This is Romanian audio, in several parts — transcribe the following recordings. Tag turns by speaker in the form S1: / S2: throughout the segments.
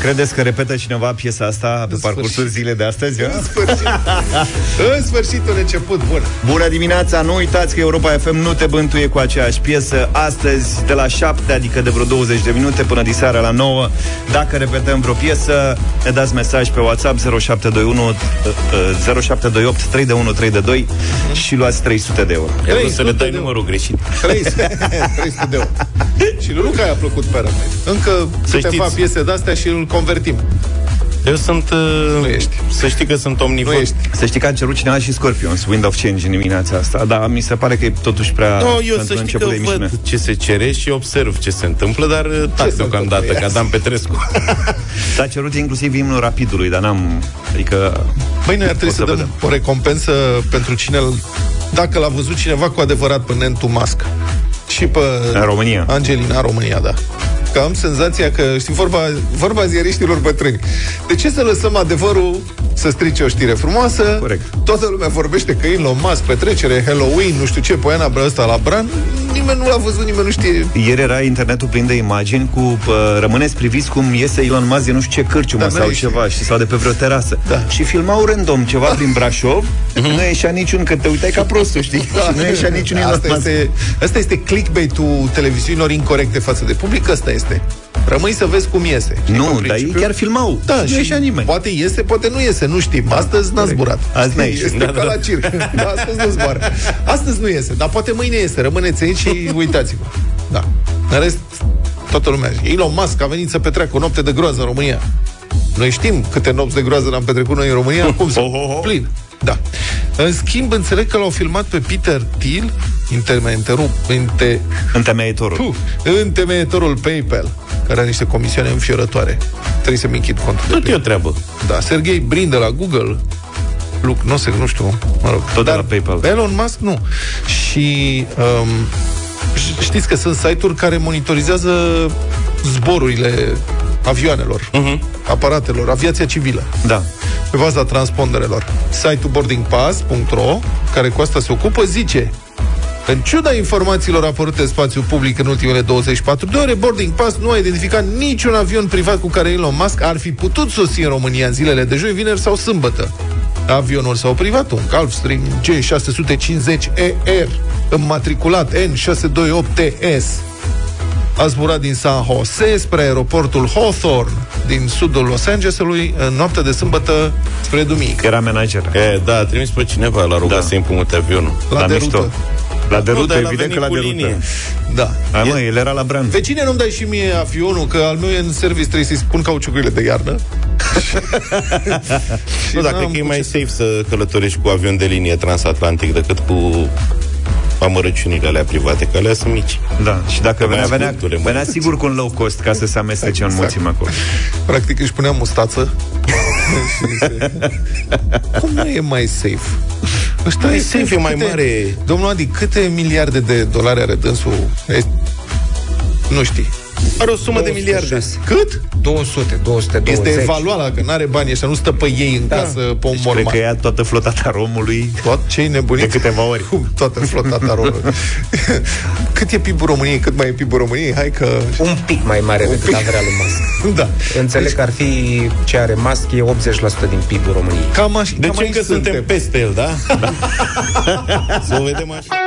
S1: Credeți că repetă cineva piesa asta pe
S2: În
S1: parcursul
S2: sfârșit.
S1: zilei de astăzi? Ah. a?
S2: sfârșit. în sfârșit un început bun.
S1: Bună dimineața! Nu uitați că Europa FM nu te bântuie cu aceeași piesă astăzi de la 7, adică de vreo 20 de minute până diseară la 9. Dacă repetăm vreo piesă, ne dați mesaj pe WhatsApp 0721 uh, uh, 0728 3132 și luați 300 de euro.
S3: Eu nu să
S2: 300
S3: le dai
S2: de
S3: numărul greșit.
S2: 300, 300 de euro. Și lui Luca i-a plăcut Paramite. Încă
S3: Să
S2: câteva
S3: știți.
S2: piese de-astea și îl convertim.
S3: Eu sunt... uh,
S2: Nu ești.
S3: Să știi că sunt
S2: Nu
S3: omnivor.
S2: ești.
S1: Să știi că a cerut cineva și Scorpions, Wind of Change în dimineața asta, dar mi se pare că e totuși prea
S3: No,
S1: pentru
S3: eu să știi că
S1: început de emisiune.
S3: văd ce se cere și observ ce se întâmplă, dar uh,
S2: se
S3: tac
S2: întâmplă,
S3: deocamdată,
S2: ia
S3: ca Dan Petrescu.
S1: S-a cerut inclusiv imnul rapidului, dar n-am... Adică
S2: Băi, noi ar trebui
S1: O să
S2: să, dăm
S1: vedem.
S2: o recompensă pentru cine... Dacă l-a văzut cineva cu adevărat pe Nentu Mask și pe...
S1: În România.
S2: Angelina, România, da. Că am senzația că, știi, vorba, vorba ziariștilor bătrâni. De ce să lăsăm adevărul să strice o știre frumoasă?
S1: Corect.
S2: Toată lumea vorbește că Elon Musk, petrecere, Halloween, nu știu ce, poiana bra- ăsta la Bran, nimeni nu l-a văzut, nimeni nu știe.
S1: Ieri era internetul plin de imagini cu uh, rămâneți priviți cum iese Elon Musk din nu știu ce cârciumă
S2: Da,
S1: da,
S2: nu
S1: sau
S2: ieși.
S1: ceva și sau de pe vreo terasă. Da. Și filmau random ceva prin Brașov, nu ieșea niciun, că te uitai ca prostul, știi? Da. Și nu ieșea niciun Elon
S2: asta
S1: Musk.
S2: este, asta este clickbait-ul televiziunilor incorrecte față de public, asta este. Rămâi să vezi cum iese. Știi, în
S1: Nu, dar ei
S2: principiu-
S1: chiar filmau.
S2: Da,
S1: nu
S2: și
S1: ieșea nimeni.
S2: Poate iese, poate nu iese, nu știm. Astăzi n-a zburat.
S1: Azi n-a ieșit.
S2: Este
S1: Da,
S2: ca
S1: da,
S2: la
S1: da.
S2: circ. Da, astăzi nu zboară. Astăzi nu iese, dar poate mâine iese. Rămâneți aici și uitați-vă. Da. În rest, toată lumea. Elon Musk a venit să petreacă o noapte de groază în România. Noi știm câte nopți de groază ne-am petrecut noi în România. Cum să... Plin. Da. În schimb, înțeleg că l-au filmat pe Peter Thiel, intermediarul, inter,
S1: Întemeitorul.
S2: Puf, întemeietorul PayPal, care are niște comisioane înfiorătoare. Trebuie să-mi închid contul. de
S3: Tot e o treabă.
S2: da, Sergei Brin de la Google, Luc Nosek, nu știu, mă rog.
S1: Tot de la PayPal.
S2: Elon Musk, nu. Și um, ș- știți că sunt site-uri care monitorizează zborurile avioanelor,
S1: Mhm.
S2: aparatelor, aviația civilă,
S1: Da.
S2: pe baza transponderelor. Site-ul boardingpass.ro, care cu asta se ocupă, zice în ciuda informațiilor apărute în spațiu public în ultimele 24 de ore, Boarding Pass nu a identificat niciun avion privat cu care Elon Musk ar fi putut sosi în România în zilele de joi, vineri sau sâmbătă. Avionul sau privat, un Gulfstream G650ER, înmatriculat N628TS, a zburat din San Jose spre aeroportul Hawthorne din sudul Los Angelesului în noaptea de sâmbătă spre duminică.
S1: Era menager.
S3: E, da, a trimis pe cineva, l-a rugat
S1: Da.
S3: să impumute avionul.
S2: La
S1: la
S2: derută.
S1: mișto. La
S3: Nu,
S1: derută,
S3: dar el a
S1: evident că
S3: venit
S1: la
S3: cu linie.
S1: derută.
S2: Da.
S1: Hai mă, el era la Bran.
S2: Vecine, nu-mi dai și mie avionul, că al meu e în service, trebuie să-i spun cauciucurile de iarnă.
S3: Nu, dar
S2: n-am
S3: cred că e
S2: cu
S3: mai
S2: ce-
S3: safe să călătorești cu avion de linie transatlantic decât cu amărăciunile alea private, că alea sunt mici.
S1: Da. Și dacă
S3: Că
S1: venea,
S3: mai
S1: venea,
S3: ascultule, mă.
S1: venea sigur cu un low cost ca să se amestece în mulțime acolo.
S2: Practic își punea mustață. și se... Cum nu e mai safe? Ăsta
S3: Nu e safe, e mai
S2: câte-
S3: mare.
S2: Domnul Adi, câte miliarde de dolari are dânsul? E... Nu știi.
S3: Are o sumă de miliarde.
S4: 206.
S2: Cât?
S4: 200, 220.
S2: Este evaluat la că nu are banii ăștia, nu stă pe ei în casă pe un
S1: Cred
S2: mormat.
S1: că ea toată flotata Romului
S2: Tot cei nebuni
S1: De câteva ori.
S2: Cum toată flota tarolului. Cât e PIB-ul României, cât mai e PIB-ul României, hai că...
S4: Un pic mai mare decât
S2: pic.
S4: averea lui Musk.
S5: Deci-
S2: Da.
S4: Înțeleg că ar fi ce are Musk e 80% din PIB-ul României.
S2: Cam așa.
S3: Deci
S2: cam aici
S3: încă suntem, peste el, da? să o vedem așa.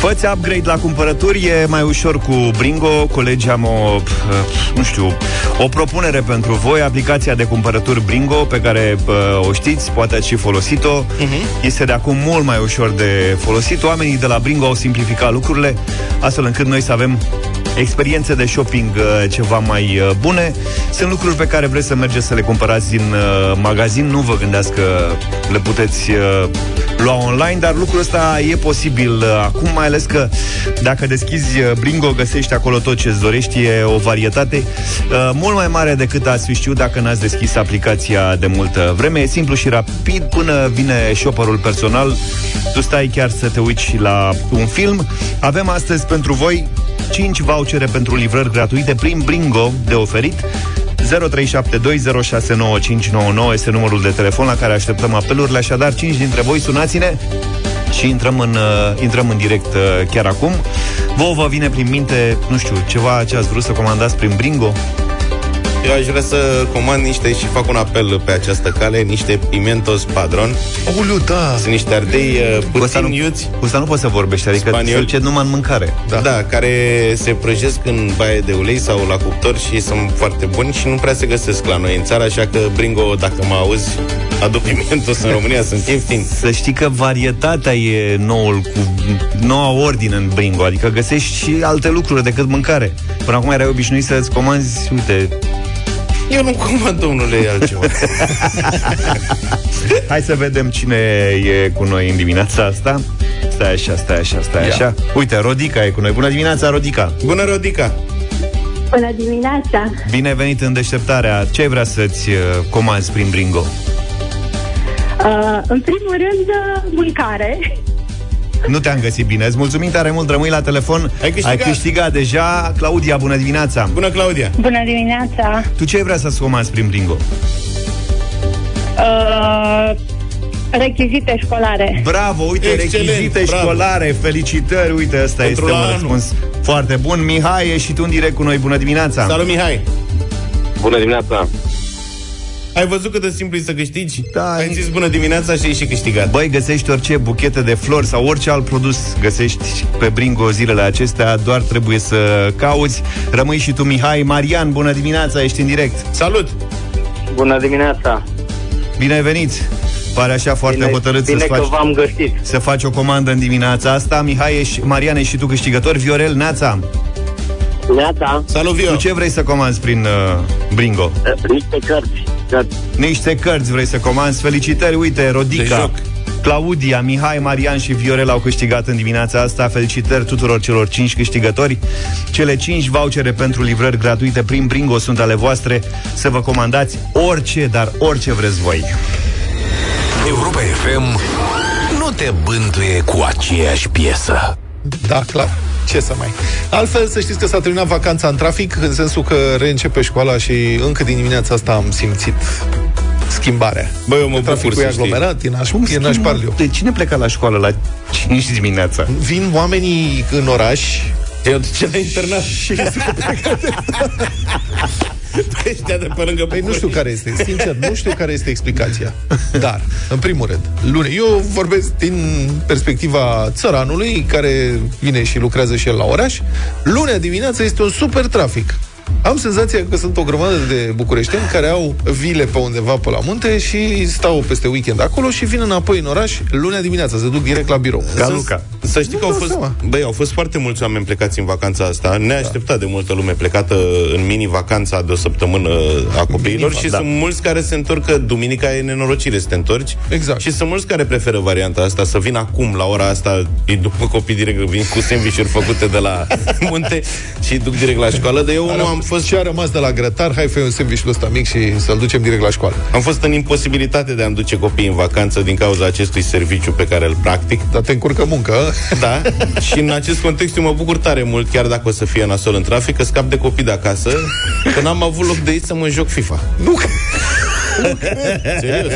S1: Făți upgrade la cumpărături, e mai ușor cu Bringo. Colegii am o, p- nu știu, o propunere pentru voi. Aplicația de cumpărături Bringo, pe care p- o știți, poate ați și folosit-o, este de acum mult mai ușor de folosit. Oamenii de la Bringo au simplificat lucrurile, astfel încât noi să avem experiențe de shopping uh, ceva mai uh, bune. Sunt lucruri pe care vreți să mergeți să le cumpărați din uh, magazin, nu vă gândeați că le puteți uh, lua online, dar lucrul ăsta e posibil uh, acum, mai ales că dacă deschizi uh, Bringo, găsești acolo tot ce-ți dorești, e o varietate uh, mult mai mare decât ați fi știut dacă n-ați deschis aplicația de multă vreme. E simplu și rapid, până vine shopperul personal, tu stai chiar să te uiți și la un film. Avem astăzi pentru voi 5 vouchere pentru livrări gratuite prin Bringo de oferit. 0372069599 este numărul de telefon la care așteptăm apelurile, așadar 5 dintre voi sunați-ne Și intrăm în, uh, intrăm în direct uh, chiar acum. Vouă vă vine prin minte, nu știu, ceva ce ați vrut să comandați prin Bringo?
S3: Eu aș vrea să comand niște și fac un apel pe această cale, niște pimentos padron.
S2: Ulu, da.
S3: Sunt niște ardei uh,
S1: Cu asta
S3: puțin
S1: nu,
S3: iuți.
S1: cu asta nu poți să vorbești, adică
S3: Spaniol.
S1: se duce numai în mâncare.
S3: Da. da, care se prăjesc în baie de ulei sau la cuptor și sunt foarte buni și nu prea se găsesc la noi în țară, așa că, Bringo, dacă mă auzi, aduc pimentos în România, sunt ieftin.
S1: Să știi că varietatea e noul cu noua ordine în Bringo, adică găsești și alte lucruri decât mâncare. Până acum erai obișnuit să-ți comanzi, uite,
S3: Eu nu comand, domnule, altceva.
S1: Hai să vedem cine e cu noi în dimineața asta. Stai așa, stai așa, stai
S3: Ia.
S1: așa. Uite, Rodica e cu noi. Bună dimineața, Rodica!
S3: Bună, Rodica!
S6: Bună dimineața!
S1: Bine ai venit în deșteptarea. Ce ai vrea să-ți uh, comanzi prin Bringo?
S6: Uh, în primul rând, uh, mâncare.
S1: Nu te-am găsit bine. Îți mulțumim tare mult, rămâi la telefon.
S3: Ai câștigat.
S1: ai câștigat deja. Claudia, bună dimineața!
S3: Bună, Claudia!
S7: Bună dimineața!
S1: Tu ce ai vrea să-ți comanzi prin Bringo?
S7: Uh, rechizite școlare.
S1: Bravo, uite,
S3: Excelent,
S1: rechizite
S3: bravo.
S1: școlare, felicitări, uite, ăsta
S3: Pentru
S1: este un
S3: la anul.
S1: răspuns foarte bun. Mihai, ești și tu în direct cu noi, bună dimineața!
S3: Salut, Mihai!
S8: Bună dimineața!
S3: Ai văzut cât de simplu e să câștigi?
S1: Da,
S3: Ai
S1: e-
S3: zis bună dimineața și ai și câștigat.
S1: Băi, găsești orice buchete de flori sau orice alt produs găsești pe Bringo zilele acestea, doar trebuie să cauți. Rămâi și tu, Mihai. Marian, bună dimineața, ești în direct.
S3: Salut!
S8: Bună dimineața!
S1: Bine ai venit! Pare așa foarte
S8: bine
S1: hotărât
S8: bine
S1: să
S8: că
S1: faci,
S8: v-am găsit!
S1: să faci o comandă în dimineața asta. Mihai, ești, Marian, ești și tu câștigător. Viorel, Neața,
S8: Neața,
S3: Salut, Vio!
S1: tu ce vrei să comanzi prin uh, Bringo?
S8: uh, niște cărți. Da,
S1: Niște cărți vrei să comanzi. Felicitări, uite,
S3: De
S1: Rodica.
S3: joc.
S1: Claudia, Mihai, Marian și Viorel au câștigat în dimineața asta. Felicitări tuturor celor 5 câștigători. Cele 5 vouchere pentru livrări gratuite prin Bringo sunt ale voastre. Să vă comandați orice, dar orice vreți voi.
S9: Europa FM nu te bântuie cu aceeași piesă.
S2: Da, clar. Ce să mai... Altfel, să știți că s-a terminat vacanța în trafic, în sensul că reîncepe școala și încă din dimineața asta am simțit schimbarea.
S3: Bă, eu mă bucur
S2: Traficul e
S3: să știi.
S2: aglomerat, e naș, e naș parliu.
S1: De cine pleca la școală la 5 dimineața?
S2: Vin oamenii în oraș
S3: Eu de ce la internat? Și Pe ăștia de pe lângă
S2: Păi nu știu care este, sincer, nu știu care este explicația. Dar, în primul rând, luni, eu vorbesc din perspectiva țăranului, care vine și lucrează și el la oraș. Lunea dimineața este un super trafic. Am senzația că sunt o grămadă de bucureșteni care au vile pe undeva pe la munte și stau peste weekend acolo și vin înapoi în oraș lunea dimineața, se duc direct la birou.
S1: Ca
S3: Să-
S1: Luca.
S3: Să știi
S2: Nu-mi
S3: că au
S2: dau
S3: fost,
S2: seama.
S3: băi, au fost foarte mulți oameni plecați în vacanța asta, neașteptat de multă lume plecată în mini-vacanța de o săptămână a copiilor și
S1: da.
S3: sunt mulți care se întorc, că duminica e nenorocire să te întorci.
S2: Exact.
S3: Și sunt mulți care preferă varianta asta, să vin acum, la ora asta, îi duc pe copii direct, vin cu sandvișuri făcute de la munte și îi duc direct la școală, dar eu nu am fost
S2: Ce a rămas de la grătar, hai fă un sandwich ăsta mic și să-l ducem direct la școală.
S3: am fost în imposibilitate de a-mi duce copiii în vacanță din cauza acestui serviciu pe care îl practic.
S2: Dar te încurcă muncă, ă?
S3: Da, și în acest context eu mă bucur tare mult, chiar dacă o să fie nasol în trafic, că scap de copii de acasă, că n-am avut loc de ei să mă joc FIFA. Nu! Serios.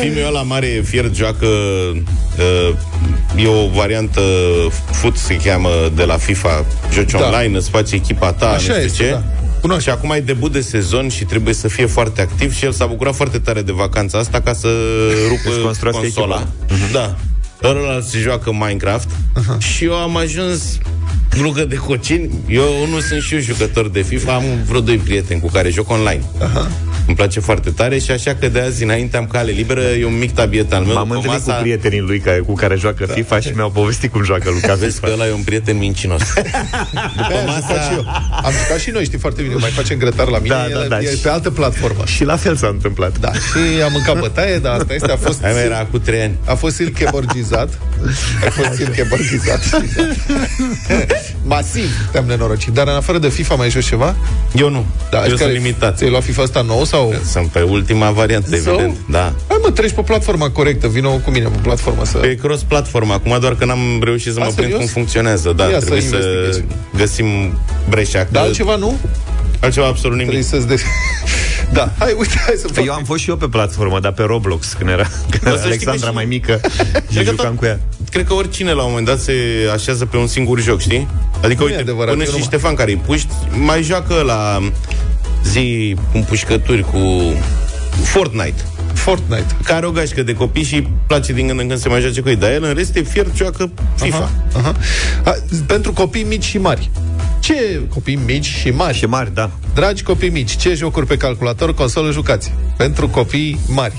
S3: Filmul ăla mare fier joacă uh, E o variantă Foot se cheamă de la FIFA Joci
S2: Da.
S3: online, îți faci echipa ta
S2: Așa
S3: nu știu
S2: este,
S3: ce.
S2: da. Cunoaște.
S3: Și acum e debut de sezon și trebuie să fie foarte activ și el s-a bucurat foarte tare de vacanța asta ca să
S1: Își
S3: rupă
S1: construiască
S3: consola. Da. Ăla se joacă Minecraft și eu am ajuns rugă de cocin. Eu nu sunt și eu jucător de FIFA, am vreo doi prieteni cu care joc online. Îmi place foarte tare și așa că de azi înainte am cale liberă, e un mic tabiet al meu.
S1: M-am
S3: Pe
S1: întâlnit cu
S3: masa-
S1: prietenii lui care, cu care joacă da. FIFA și mi-au povestit cum joacă Luca
S3: Vezi
S1: FIFA.
S3: că ăla e un prieten mincinos.
S2: După masa... și eu. Am jucat și noi, știi foarte bine, mai facem grătar la mine,
S1: Da,
S2: e,
S1: da, da.
S2: e pe altă platformă.
S1: Și la fel s-a întâmplat.
S2: Da, și am mâncat bătaie, dar asta este, a fost...
S3: Aia mea era cu trei ani.
S2: A fost silcheborgizat A fost silcheborgizat Masiv Te-am nenorocit Dar în afară de FIFA mai joci ceva?
S3: Eu nu.
S2: Da,
S3: eu sunt
S2: care-
S3: limitat.
S2: Ți-ai luat FIFA asta nou sau...
S3: Sunt pe ultima variantă,
S2: Sau-
S3: evident. Da.
S2: Hai mă, treci pe platforma corectă Vino cu mine pe platforma să...
S3: Pe cross-platform acum, doar că n-am reușit să
S2: A,
S3: mă prind
S2: serios?
S3: cum funcționează. Da,
S2: Ia să
S3: trebuie să,
S2: investighezi.
S3: găsim breșa. că-
S2: Dar altceva nu?
S3: altceva absolut nimic.
S2: Trebuie să-ți de... Da, hai, uite, hai să fac
S1: Păi Eu am fost și eu pe platformă, dar pe Roblox, când era, când era
S3: știi că
S1: Alexandra
S3: și-
S1: mai mică și
S3: Cred că
S1: jucam
S3: tot-
S1: cu ea.
S3: cred că oricine la un moment dat se așează pe un singur joc, știi? Adică,
S2: Nu e
S3: uite,
S2: adevărat,
S3: până
S2: eu
S3: și
S2: nu-
S3: Ștefan care îi puști, mai joacă la zi cu pușcături, cu Fortnite.
S2: Fortnite.
S3: Care are o gașcă de copii și îi place din când în când se mai joace cu ei. Dar el, în rest, e fier, joacă FIFA.
S2: Aha, aha. A, pentru copii mici și mari. Ce copii mici și mari?
S1: Și mari, da.
S2: Dragi copii mici, ce jocuri pe calculator, consolă jucați? Pentru copii mari.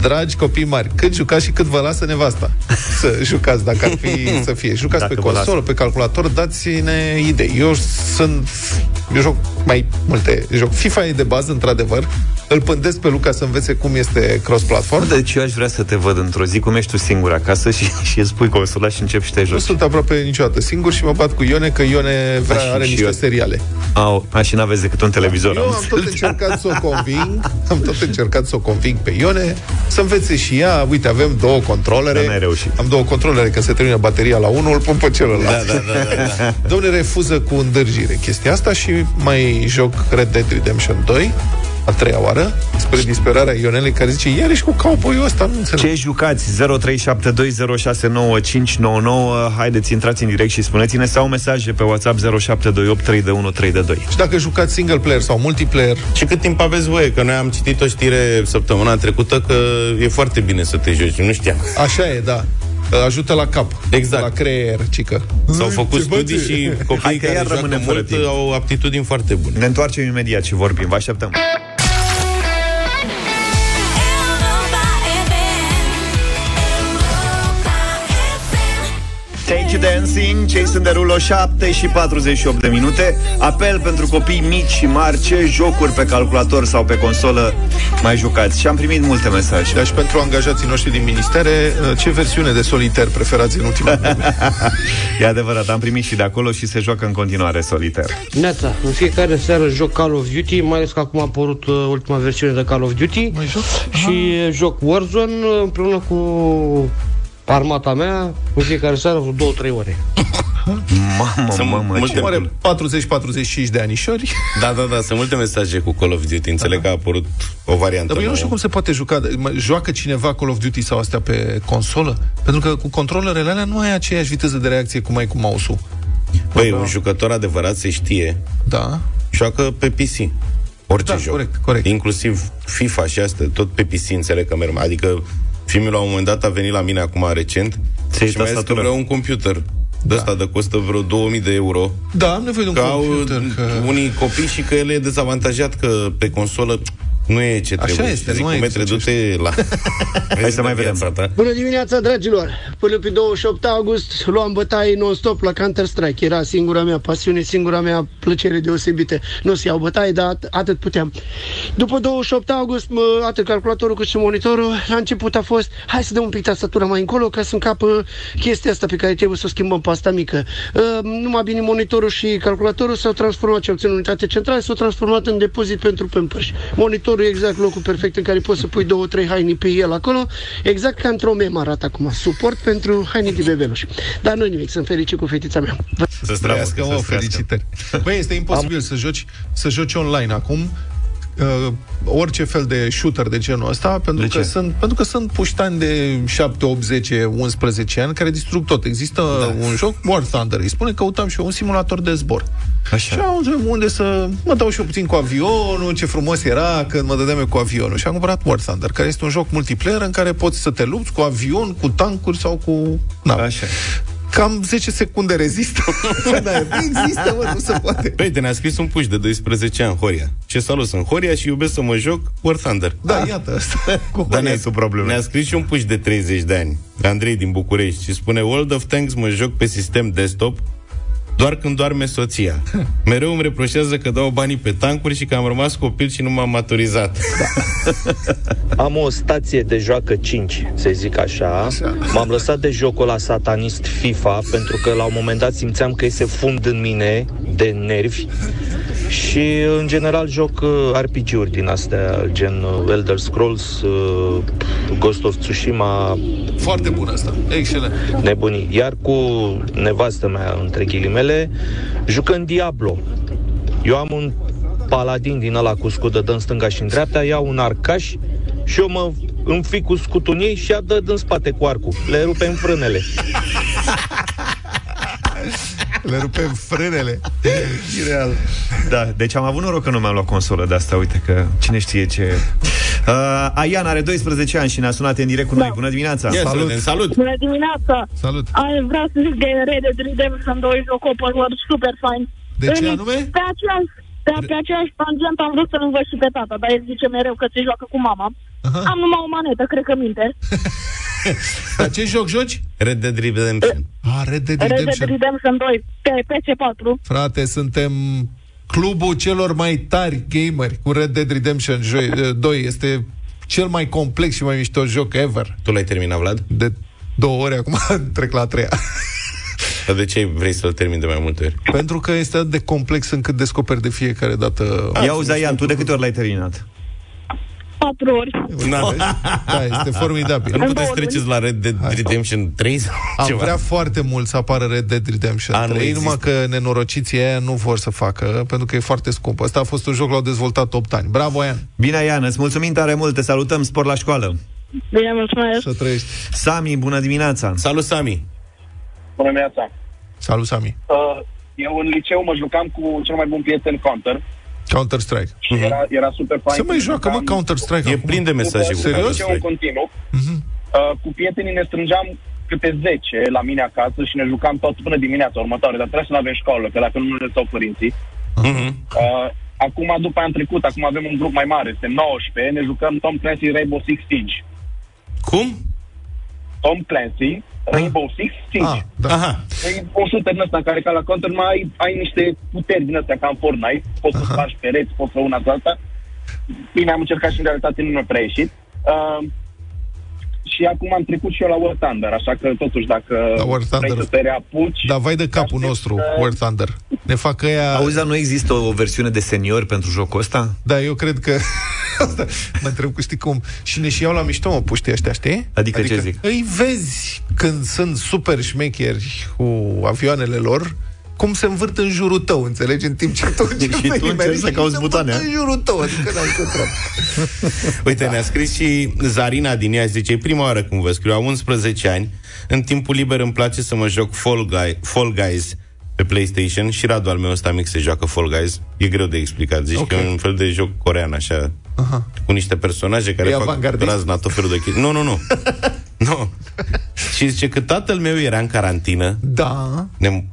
S2: Dragi copii mari, cât jucați și cât vă lasă nevasta să jucați, dacă ar fi să fie. Jucați
S1: Dacă
S2: pe
S1: vă lasă.
S2: consolă, pe calculator, dați-ne idei. Eu sunt... Eu joc mai multe joc. FIFA e de bază, într-adevăr. Îl pândesc pe Luca să învețe cum este cross-platform.
S1: Deci eu aș vrea să te văd într-o zi cum ești tu singur acasă și, și îți pui consola și începi și te
S2: Nu
S1: joci.
S2: sunt aproape niciodată singur și mă bat cu Ione, că Da, Ione
S1: și-
S2: vrea, are
S1: și
S2: niște
S1: eu.
S2: seriale.
S1: Au, a, și n-aveți decât un televizor.
S2: Eu am tot încercat să o conving, am tot încercat să o conving pe Ione, să învețe și ea, uite, avem două controlere.
S1: Dar n-ai reușit.
S2: Am două controlere, că se termină bateria la unul, îl pun pe celălalt. Da, da, da, da. Domne refuză cu îndârjire chestia asta și mai joc Red Dead Redemption 2, a treia oară, spre disperarea Ionelei, care zice, iarăși cu cowboy ăsta, nu înțeleg.
S1: Ce jucați? 0372069599 Haideți, intrați în direct și spuneți-ne sau mesaje pe WhatsApp 0728312132.
S2: Și dacă jucați single player sau multiplayer,
S3: Și cât timp aveți voie? Că noi am citit o știre săptămâna trecută că e foarte bine să te joci, nu știam.
S2: așa e, da. Ajută la cap,
S3: Exact.
S2: la creier, cică.
S3: S-au făcut
S2: Ce
S3: studii
S2: face?
S3: și
S1: Hai
S3: copiii
S1: că
S3: care
S1: iar
S3: joacă
S1: rămânem fără
S3: mult
S1: timp.
S3: au aptitudini foarte bune.
S1: Ne întoarcem imediat și vorbim. Vă așteptăm. Take You Dancing, Jason Derulo 7 și 48 de minute Apel pentru copii mici și mari Ce jocuri pe calculator sau pe consolă mai jucați Și am primit multe mesaje
S2: Dar și pentru angajații noștri din ministere, ă, ce versiune de solitaire preferați în ultimul vreme?
S1: E adevărat, am primit și de acolo și se joacă în continuare solitar
S10: Neața, în fiecare seară joc Call of Duty, mai ales că acum a apărut uh, ultima versiune de Call of Duty
S2: Mai joc?
S10: și uh, joc Warzone uh, împreună cu armata mea în fiecare seară vreo două trei ore.
S1: Mamă,
S3: Sunt
S1: mamă,
S3: multe
S1: ce...
S3: mă-
S2: Oare 40-45 de anișori?
S3: Da, da, da, sunt multe mesaje cu Call of Duty. Înțeleg că a apărut o variantă
S2: Dar eu nu
S3: nouă.
S2: știu cum se poate juca. Mă, Joacă cineva Call of Duty sau astea pe consolă? Pentru că cu controlerele alea nu ai aceeași viteză de reacție cum ai cu mouse-ul.
S3: Băi, un jucător adevărat se știe.
S2: Da?
S3: Joacă pe PC. Orice
S2: Da,
S3: joc.
S2: corect, corect.
S3: Inclusiv FIFA și asta, tot pe PC înțeleg că merg. Adică filmul la un moment dat a venit la mine acum recent
S1: Ți-ai
S3: și mi-a zis că
S1: tastatură.
S3: vreau un computer. De asta de costă vreo 2000 de euro.
S2: Da, am nevoie de un
S3: Că au
S2: computer. Că...
S3: unii copii și că el e dezavantajat că pe consolă nu e ce
S2: Așa
S3: trebuie.
S2: este,
S3: Și zic,
S2: nu e
S3: cum
S2: ce
S3: metre, du-te la...
S1: Hai să mai vedem.
S3: Viața ta.
S10: Bună dimineața, dragilor! Până pe 28 august luam bătaie non-stop la Counter-Strike. Era singura mea pasiune, singura mea plăcere deosebită. Nu se iau bătaie, dar at- atât puteam. După 28 august, mă, atât calculatorul cât și monitorul, la început a fost hai să dăm un pic tastatura mai încolo ca să încapă chestia asta pe care trebuie să o schimbăm pe asta mică. Uh, numai bine monitorul și calculatorul s-au transformat, cel puțin în unitate centrală, s-au transformat în depozit pentru Pampers. Monitorul e exact locul perfect în care poți să pui două, trei haine pe el acolo, exact ca într-o memă arată acum, suport pentru haine de bebeluș. Dar nu nimic, sunt fericit cu fetița mea. Vă
S2: Trăiască,
S3: Să străiască,
S2: mă,
S3: să străiască.
S2: felicitări. Băi, este imposibil să joci, să joci online acum uh, orice fel de shooter de genul ăsta, pentru,
S1: De
S2: că
S1: ce?
S2: sunt, pentru că sunt puștani de 7, 8, 10, 11 ani care distrug tot. Există da. un joc, War Thunder, îi spune, căutam și eu un simulator de zbor.
S1: Așa.
S2: Și auzim unde să mă dau și eu puțin cu avionul, ce frumos era când mă dădeam eu cu avionul. Și am cumpărat War Thunder, care este un joc multiplayer în care poți să te lupți cu avion, cu tancuri sau cu nave.
S1: Așa.
S2: Cam 10 secunde rezistă. da, există, mă, nu se poate.
S3: Uite, ne-a scris un puș de 12 ani, Horia. Ce salut, sunt Horia și iubesc să mă joc War Thunder.
S2: Da, iată asta. Cu
S3: Dar
S1: Horia
S3: ne-a,
S1: e sub probleme.
S3: ne-a scris și un puș de 30 de ani, Andrei din București, și spune World of Tanks mă joc pe sistem desktop doar când doarme soția. Mereu îmi reproșează că dau banii pe tancuri și că am rămas copil și nu m-am maturizat.
S11: Am o stație de joacă 5, să zic așa. M-am lăsat de jocul la satanist FIFA pentru că la un moment dat simțeam că îi se fund în mine de nervi. Și în general joc uh, RPG-uri din astea, gen uh, Elder Scrolls, uh, Ghost of Tsushima,
S2: Foarte bun asta. Excelent.
S11: nebunii. Iar cu nevastă mea, între ghilimele, jucăm Diablo. Eu am un paladin din ăla cu scudă, dăm stânga și în dreapta, iau un arcaș și eu mă înfic cu scutuniei și a dă în spate cu arcul. Le rupe în frânele.
S2: Le rupem frânele.
S1: Ireal. Da, deci am avut noroc că nu mi-am luat consolă de asta, uite că cine știe ce... Uh, Aian are 12 ani și ne-a sunat în direct cu noi. Bună dimineața!
S3: Da. Ia să vedem, salut!
S7: Bună dimineața!
S2: Salut!
S7: Ai, vreau să zic de Red Dead Redemption 2 joc open world super fain.
S2: De ce anume?
S7: Pe aceeași, pe, pe aceeași tangentă am vrut să-l învăț și pe tata, dar el zice mereu că se joacă cu mama.
S2: Aha.
S7: Am numai o manetă, cred că minte.
S2: Dar ce joc joci?
S3: Red Dead Redemption.
S2: A, Red Dead
S7: Red Dead
S2: Redemption.
S7: Redemption 2 pe PC4.
S2: Frate, suntem clubul celor mai tari gameri cu Red Dead Redemption joi- 2. Este cel mai complex și mai mișto joc ever.
S3: Tu l-ai terminat, Vlad?
S2: De două ore acum trec la a treia.
S3: Dar de ce vrei să-l termin de mai multe ori?
S2: Pentru că este atât de complex încât descoperi de fiecare dată...
S1: Ia uzi, Aian, tu de câte ori l-ai terminat?
S7: 4 ori.
S3: Na,
S2: Da, este formidabil.
S3: nu puteți treceți la Red Dead Redemption 3 sau
S2: Am
S3: ceva?
S2: vrea foarte mult să apară Red Dead Redemption
S3: A, nu
S2: 3,
S3: există.
S2: numai că nenorociții aia nu vor să facă, pentru că e foarte scump. Asta a fost un joc, l-au dezvoltat 8 ani. Bravo, Ian!
S1: Bine, Aian, îți mulțumim tare mult, te salutăm, spor la școală.
S7: Bine, mulțumesc.
S2: Să trăiești.
S1: Sami, bună dimineața!
S3: Salut, Sami!
S8: Bună dimineața.
S2: Salut, Sami!
S8: Uh, eu în liceu mă jucam cu cel mai bun prieten Counter
S2: Counter-Strike.
S8: și
S11: Mhm.
S8: era, era super fain.
S2: Se mai joacă, mă, Counter-Strike
S3: E
S2: acum.
S3: plin de mesaje cu
S2: Serios? Mhm.
S8: Eu în
S3: Counter-Strike.
S8: continuu. Uh, cu prietenii ne strângeam câte 10 la mine acasă și ne jucam tot până dimineața următoare, dar trebuie să ne avem școală, că dacă nu ne stau părinții.
S3: Mhm.
S8: Uh, acum, după am trecut, acum avem un grup mai mare, este 19, ne jucăm Tom Clancy Rainbow Six Siege.
S3: Cum?
S8: Tom Clancy, Rainbow Six Siege.
S2: Ah, da.
S3: Aha.
S8: E un shooter din ăsta care ca la counter mai ai, ai niște puteri din astea ca în Fortnite, poți să faci pereți, poți să una sau alta. Bine, am încercat și în realitate nu mi-a prea ieșit. Uh, și acum am trecut și eu la War Thunder, așa că totuși dacă
S2: La War Thunder. Da.
S8: vrei să te reapuci,
S2: Dar vai de capul nostru, War Thunder. Ne fac ea...
S1: Auzi, dar nu există o versiune de senior pentru jocul ăsta?
S2: Da, eu cred că... Asta, mă întreb cu știi cum Și ne și iau la mișto, mă, puștii ăștia, știi?
S1: Adică ce zic?
S2: Îi vezi când sunt super șmecheri cu avioanele lor cum se învârt în jurul tău, înțelegi? În timp ce tu încerci
S1: tu încerci
S2: imeri
S1: să
S2: și
S1: cauți
S2: se învârt
S1: butoane,
S2: În jurul tău, adică n-ai ce treabă. Da.
S3: Uite, ne-a scris și Zarina din ea, zice, e prima oară când vă scriu, am 11 ani, în timpul liber îmi place să mă joc Fall, Guy, Fall Guys pe PlayStation și Radu al meu ăsta mic se joacă Fall Guys. E greu de explicat, zici
S2: Ok.
S3: okay. că e un fel de joc corean, așa,
S2: Aha.
S3: cu niște personaje care
S2: E
S3: fac
S2: avantgardist?
S3: razna tot felul de chestii. Nu, nu, nu. nu. Și zice că tatăl meu era în carantină,
S2: Da,
S3: ne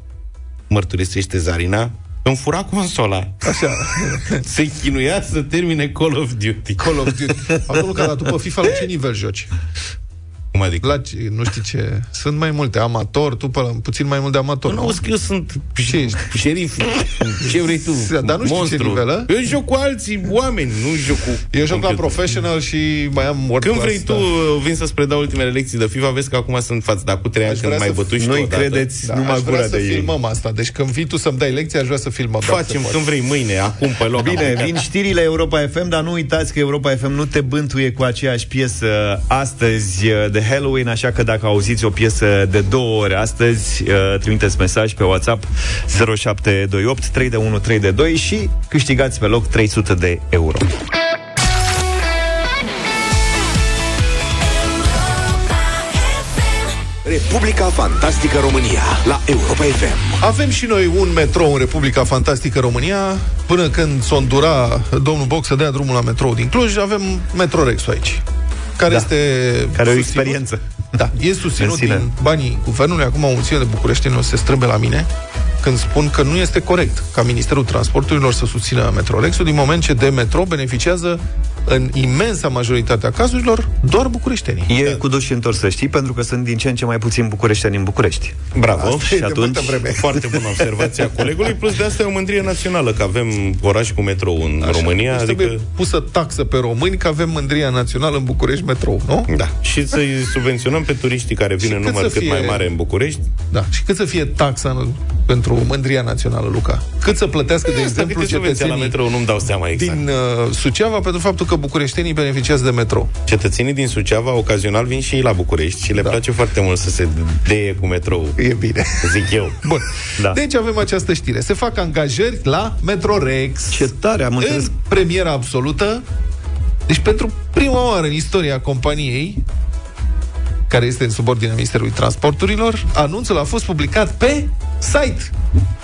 S3: mărturisește Zarina, îmi fura consola.
S2: așa.
S3: Se chinuia să termine Call of Duty.
S2: Call of Duty. Acolo că după FIFA la ce nivel joci?
S3: Cum adică?
S2: La ce, nu știi ce. Sunt mai multe. Amator, tu pe la, puțin mai mult de amator.
S3: Nu, auzi că eu sunt
S2: Ce ești?
S3: șerif. Ce vrei tu?
S2: Dar nu știu ce
S3: Monstru.
S2: nivel, a?
S3: Eu joc cu alții oameni, nu joc cu...
S2: Eu joc la
S3: computer.
S2: professional și mai am world
S3: Când
S2: class, da.
S3: vrei tu, uh, vin să-ți predau ultimele lecții de FIFA, vezi că acum sunt față, dar cu trei ani când
S2: vrea
S3: mai
S2: să-
S3: bătut și
S1: Nu-i
S3: tu odată.
S1: credeți
S2: Da,
S1: numai
S2: aș vrea
S1: gura
S2: să
S1: de ei.
S2: filmăm asta. Deci când vii tu să-mi dai lecții, aș vrea să filmăm. dacă se
S3: Facem
S2: poate.
S3: când vrei, mâine, acum, pe loc.
S1: Bine,
S3: acum.
S1: vin știrile Europa FM, dar nu uitați că Europa FM nu te bântuie cu aceeași piesă astăzi uh, de Halloween, așa că dacă auziți o piesă de două ore astăzi, uh, trimiteți mesaj pe WhatsApp 0728 3 de 1 3 de 2 și câștigați pe loc 300 de euro.
S9: Republica Fantastică România la Europa FM.
S2: Avem și noi un metrou în Republica Fantastică România. Până când s-o îndura domnul Boc să dea drumul la metrou din Cluj, avem Metrorexul aici. Care
S1: Da.
S2: este
S1: Care e
S2: susținut-
S1: o experiență.
S2: Da, e susținut
S1: În sine.
S2: din banii guvernului. Acum o mulțime de bucureșteni o să se strâmbe la mine când spun că nu este corect ca Ministerul Transporturilor să susțină Metrorexul, din moment ce de metro beneficiază în imensa majoritatea cazurilor doar bucureștenii.
S1: E cu duș și întors, să știi, pentru că sunt din ce în ce mai puțin bucureșteni în București.
S3: Bravo.
S1: Asta e de
S3: atunci,
S1: multă vreme.
S3: foarte bună observația colegului, plus de asta e o mândrie națională, că avem oraș cu metrou în România,
S2: Deci
S3: adică...
S2: trebuie pusă taxă pe români că avem mândria națională în București metrou, nu?
S3: Da. Și să-i subvenționăm pe turiștii care vin
S2: Și
S3: în
S2: cât
S3: număr
S2: să
S3: cât mai
S2: fie-
S3: mare în București.
S2: Da. Și cât să fie taxa în- pentru mândria națională, Luca? Cât să plătească, de
S3: Asta
S2: exemplu,
S3: câte subvenția la
S2: cetățenii
S3: metrou, nu-mi dau seama exact.
S2: din uh, Suceava pentru faptul că bucureștenii beneficiază de metrou?
S3: Cetățenii din Suceava ocazional vin și ei la București și le
S2: Da.
S3: place foarte mult să se deie cu metrou,
S2: E bine.
S3: zic eu.
S2: Bun. Da.
S1: Da.
S2: Deci avem această știre. Se fac angajări la Metrorex.
S1: Ce tare, am
S2: în
S1: înțeles.
S2: premiera absolută Deci pentru prima oară în istoria companiei, care este în subordinea Ministerului Transporturilor, anunțul a fost publicat pe site.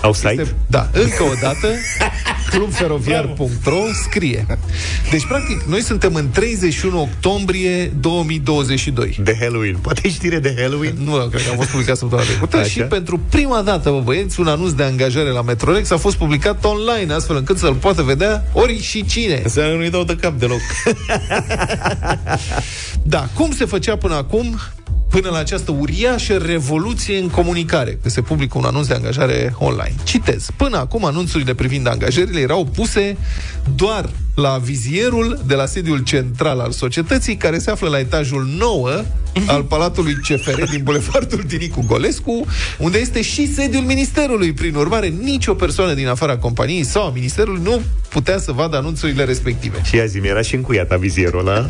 S1: Au site? Este,
S2: da, încă o dată, clubferoviar.ro scrie. Deci, practic, noi suntem în 31 octombrie 2022.
S1: De Halloween. Poate e știre de Halloween?
S2: Nu, cred că am fost publicat săptămâna trecută. Așa. Și pentru prima dată, bă, băieți, un anunț de angajare la Metrorex a fost publicat online, astfel încât să-l poată vedea ori și cine.
S3: Să nu-i dau de cap deloc.
S2: da, cum se făcea până acum? până la această uriașă revoluție în comunicare, că se publică un anunț de angajare online. Citez. Până acum, anunțurile privind angajările erau puse doar la vizierul de la sediul central al societății, care se află la etajul 9 al Palatului CFR din Bulevardul Dinicu Golescu, unde este și sediul Ministerului. Prin urmare, nicio persoană din afara companiei sau a Ministerului nu putea să vadă anunțurile respective.
S1: Și azi mi era și încuiat vizierul ăla.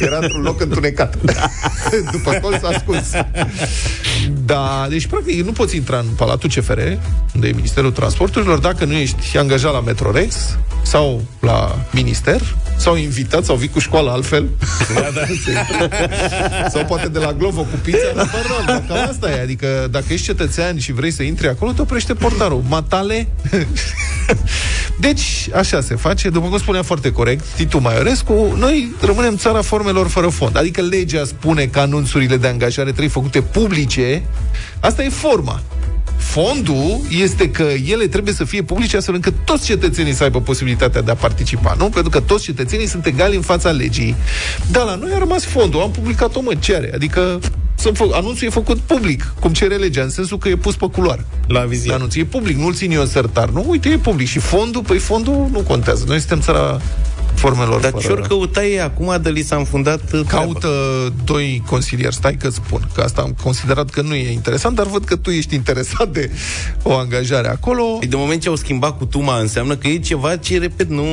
S2: era într-un loc întunecat. După acolo s-a ascuns. Da, deci practic nu poți intra în Palatul CFR, unde e Ministerul Transporturilor, dacă nu ești angajat la Metrorex sau la minister, sau invitat, sau vii cu școală altfel. Da, da. sau poate de la Glovo cu pizza, dar nu, cam asta e. Adică dacă ești cetățean și vrei să intri acolo, te oprește portarul. Matale. deci, așa se face. După cum spunea foarte corect Titu Maiorescu, noi rămânem țara formelor fără fond. Adică legea spune că anunțurile de angajare trebuie făcute publice. Asta e forma. Fondul este că ele trebuie să fie publice astfel încât toți cetățenii să aibă posibilitatea de a participa, nu? Pentru că toți cetățenii sunt egali în fața legii. Dar la noi a rămas fondul, am publicat-o, mă, ce are? Adică sunt fă- anunțul e făcut public, cum cere legea, în sensul că e pus pe culoar.
S3: La vizier.
S2: Anunțul e public, nu-l țin eu în sertar, nu? Uite, e public. Și fondul, păi fondul nu contează. Noi suntem țara formelor.
S3: Dar ce ori căuta ei acum, de li s-a înfundat
S2: Caută treabă. doi consilieri, stai că spun, că asta am considerat că nu e interesant, dar văd că tu ești interesat de o angajare acolo.
S3: Păi De moment ce au schimbat cutuma, înseamnă că e ceva ce, repet, nu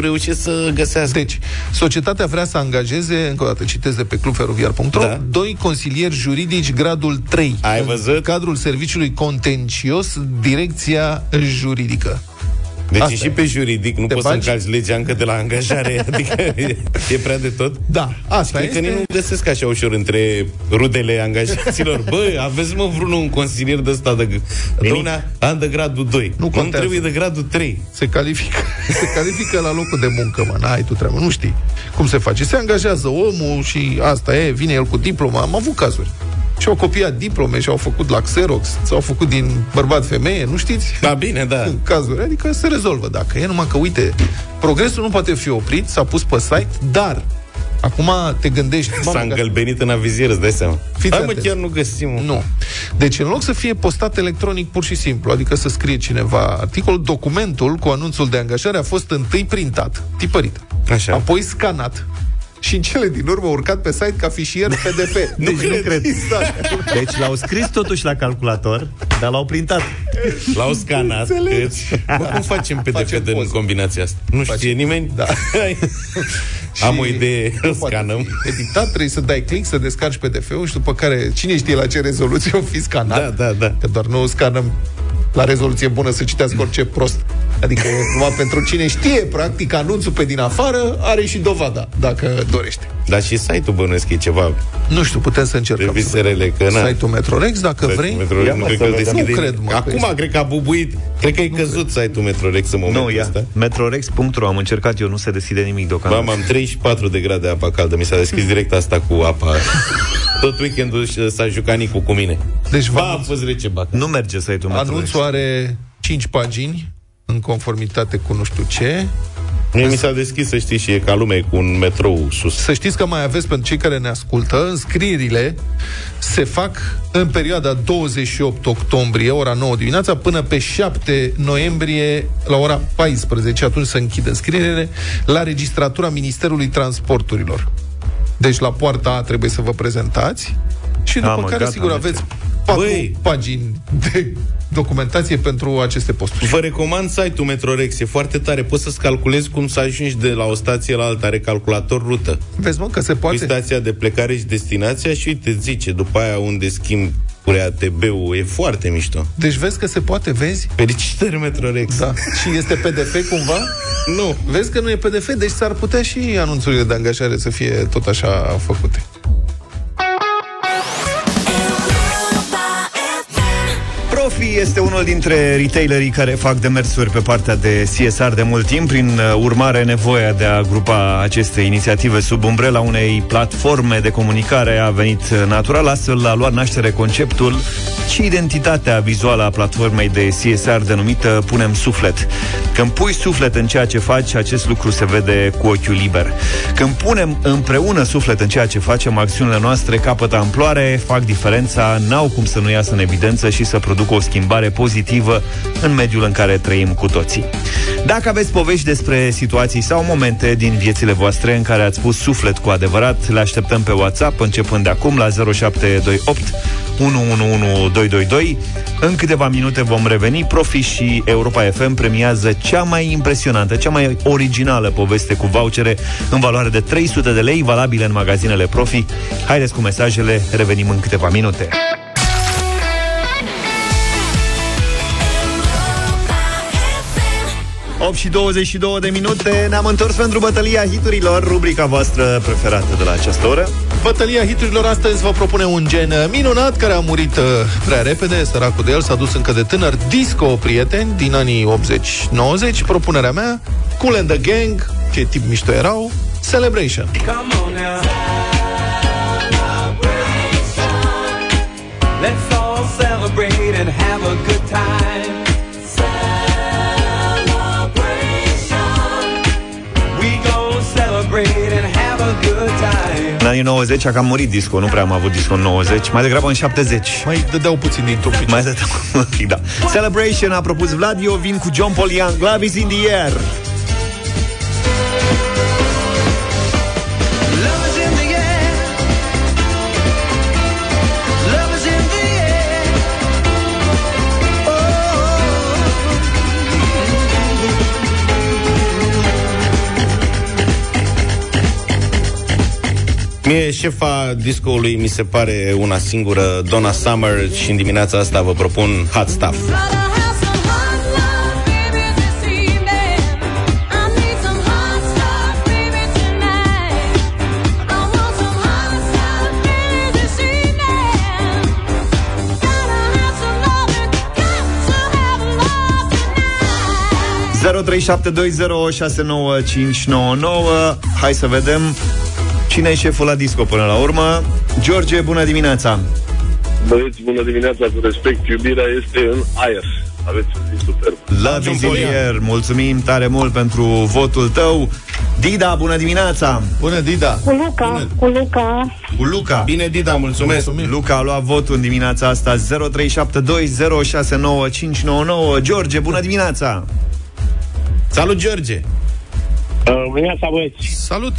S3: reușesc să găsească.
S2: Deci, societatea vrea să angajeze, încă o dată citesc de pe clubferoviar.ro, da. doi consilieri juridici gradul 3.
S3: Ai văzut? În
S2: cadrul serviciului contencios, direcția juridică.
S3: Deci Asta și e. pe juridic nu Te poți bagi? să încalci legea încă de la angajare, adică e, e prea de tot.
S2: Da, asta
S3: Cred
S2: este...
S3: că nu găsesc așa ușor între rudele angajaților. Bă, aveți mă vreunul un consilier de ăsta de... Domnea, am de gradul 2. Nu contează. Îmi trebuie de gradul 3.
S2: Se califică, se califică la locul de muncă, mă. N-ai tu treabă, nu știi cum se face. Se angajează omul și asta e, vine el cu diploma. Am avut cazuri și-au copiat diplome și-au făcut la Xerox, s-au făcut din bărbat-femeie, nu știți?
S3: Da, bine, da.
S2: În cazuri, adică se rezolvă dacă e, numai că, uite, progresul nu poate fi oprit, s-a pus pe site, dar Acum te gândești...
S3: S-a mamă, îngălbenit în avizier, îți dai seama. Fiți Hai, mă, chiar nu găsim. Mă.
S2: Nu. Deci, în loc să fie postat electronic pur și simplu, adică să scrie cineva articol, documentul cu anunțul de angajare a fost întâi printat, tipărit,
S3: Așa.
S2: apoi scanat, și în cele din urmă urcat pe site ca fișier PDF.
S1: nu, deci, cred. nu cred.
S2: Exact.
S1: Deci l-au scris totuși la calculator, dar l-au printat.
S3: L-au scanat. Bă, cum facem PDF facem din poze. combinația asta? Nu facem. știe nimeni?
S2: Da.
S3: Am o idee, îl scanăm.
S2: Editat, trebuie să dai click, să descarci PDF-ul și după care cine știe la ce rezoluție o fi scanat.
S3: Da, da, da.
S2: Că doar nu scanăm la rezoluție bună să citească orice prost. Adică numai pentru cine știe, practic, anunțul pe din afară are și dovada, dacă dorește.
S3: Dar și site-ul bănuiesc e ceva.
S2: Nu știu, putem să încercăm.
S3: Reviserele, că
S2: na. Site-ul Metrorex, dacă site vrei.
S3: Metrorex, nu, cred că
S2: nu cred, mă,
S3: Acum
S2: că
S3: cred că a bubuit. Cred că e căzut site-ul Metrorex în momentul nu, ăsta.
S1: Metrorex.ro, am încercat eu, nu se deschide nimic deocamdată.
S3: Bam, Da. am 34 de grade apa caldă, mi s-a deschis direct asta cu apa. Tot weekendul s-a jucat Nicu cu mine.
S2: Deci
S3: va a fost rece bacă.
S1: Nu merge site-ul Metrorex.
S2: Anunțul are 5 pagini în conformitate cu nu știu ce.
S3: Mie mi s-a deschis, să știți, și e ca lume cu un metrou sus.
S2: Să știți că mai aveți pentru cei care ne ascultă, înscrierile se fac în perioada 28 octombrie, ora 9 dimineața, până pe 7 noiembrie, la ora 14, atunci se închide înscrierile, la registratura Ministerului Transporturilor. Deci la poarta A trebuie să vă prezentați și după A, mă, care, gata, sigur, aveți patru Băi. pagini de documentație pentru aceste posturi.
S3: Vă recomand site-ul Metrorex, e foarte tare. Poți să-ți calculezi cum să ajungi de la o stație la alta, are calculator rută.
S2: Vezi, mă, că se poate.
S3: Pui stația de plecare și destinația și uite, zice, după aia unde schimb cu ATB-ul, e foarte mișto.
S2: Deci vezi că se poate, vezi?
S3: Felicitări, Metrorex.
S2: Da. Și este PDF cumva?
S3: nu.
S2: Vezi că nu e PDF, deci s-ar putea și anunțurile de angajare să fie tot așa făcute.
S1: Profi este unul dintre retailerii care fac demersuri pe partea de CSR de mult timp, prin uh, urmare nevoia de a grupa aceste inițiative sub umbrela unei platforme de comunicare a venit uh, natural, astfel a luat naștere conceptul și identitatea vizuală a platformei de CSR denumită Punem Suflet. Când pui suflet în ceea ce faci, acest lucru se vede cu ochiul liber. Când punem împreună suflet în ceea ce facem, acțiunile noastre capătă amploare, fac diferența, n-au cum să nu iasă în evidență și să producă o schimbare pozitivă în mediul în care trăim cu toții. Dacă aveți povești despre situații sau momente din viețile voastre în care ați pus suflet cu adevărat, le așteptăm pe WhatsApp începând de acum la 0728 111222. În câteva minute vom reveni. Profi și Europa FM premiază cea mai impresionantă, cea mai originală poveste cu vouchere în valoare de 300 de lei, valabile în magazinele Profi. Haideți cu mesajele, revenim în câteva minute. și 22 de minute Ne-am întors pentru bătălia hiturilor Rubrica voastră preferată de la această oră
S2: Bătălia hiturilor astăzi vă propune un gen minunat Care a murit uh, prea repede Săracul de el s-a dus încă de tânăr Disco prieteni din anii 80-90 Propunerea mea Cool and the Gang Ce tip mișto erau Celebration
S12: Let's all celebrate and have a good time. We gon' celebrate and have a good time.
S1: În anii 90 a cam murit disco Nu prea am avut disco în 90 Mai degrabă în 70
S2: Mai dădeau puțin din trupici
S1: Mai dădeau un pic, da Celebration a propus Vlad Eu vin cu John Polian Glove is in the air
S12: Love is in the air. Love is in the air. Oh,
S3: Mie șefa discoului mi se pare una singură, Donna Summer, și în dimineața asta vă propun Hot Stuff.
S1: ...0372069599 Hai să vedem cine e șeful la disco până la urmă George, bună dimineața
S13: Băieți, bună dimineața, cu respect, iubirea este în aer. Aveți o zi superb.
S1: La Vizilier, mulțumim tare mult pentru votul tău Dida, bună dimineața
S2: Bună Dida
S7: Cu Luca, cu Luca.
S1: Cu Luca
S3: Bine, Dida, mulțumesc!
S1: Mulțumim. Luca a luat votul în dimineața asta 0372069599 George, bună dimineața!
S3: Salut, George!
S13: Dimineața, băieți.
S2: Salut!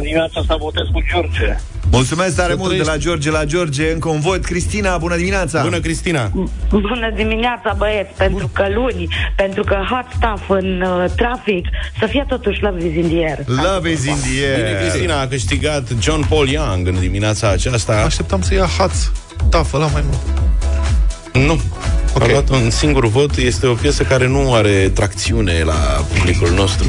S13: Dimineața asta votez cu George.
S1: Mulțumesc tare
S2: Să
S1: mult de
S2: trăiești.
S1: la George la George Încă un vot Cristina, bună dimineața!
S3: Da. Bună, Cristina!
S14: Bună dimineața, băieți, pentru că luni, pentru că hot stuff în uh, trafic, să fie totuși la vizindier.
S1: Love is in the air.
S3: Bine, Eh, Cristina a câștigat John Paul Young în dimineața aceasta.
S2: Așteptam să ia haț Tafă la mai mult
S3: Nu.
S2: Ok.
S3: Okay. A luat un singur vot. Este o piesă care nu are tracțiune la publicul nostru.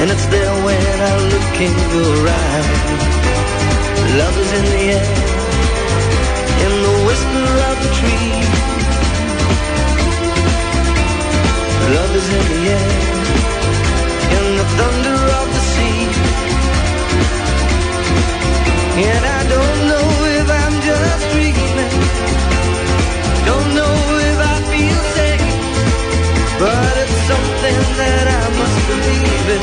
S12: And it's there when I look in your eyes. Love is in the air, in the whisper of the tree. Love is in the air, in the thunder of the sea. And I don't know if I'm just dreaming. Don't know if I feel safe. But it's something that I must believe in.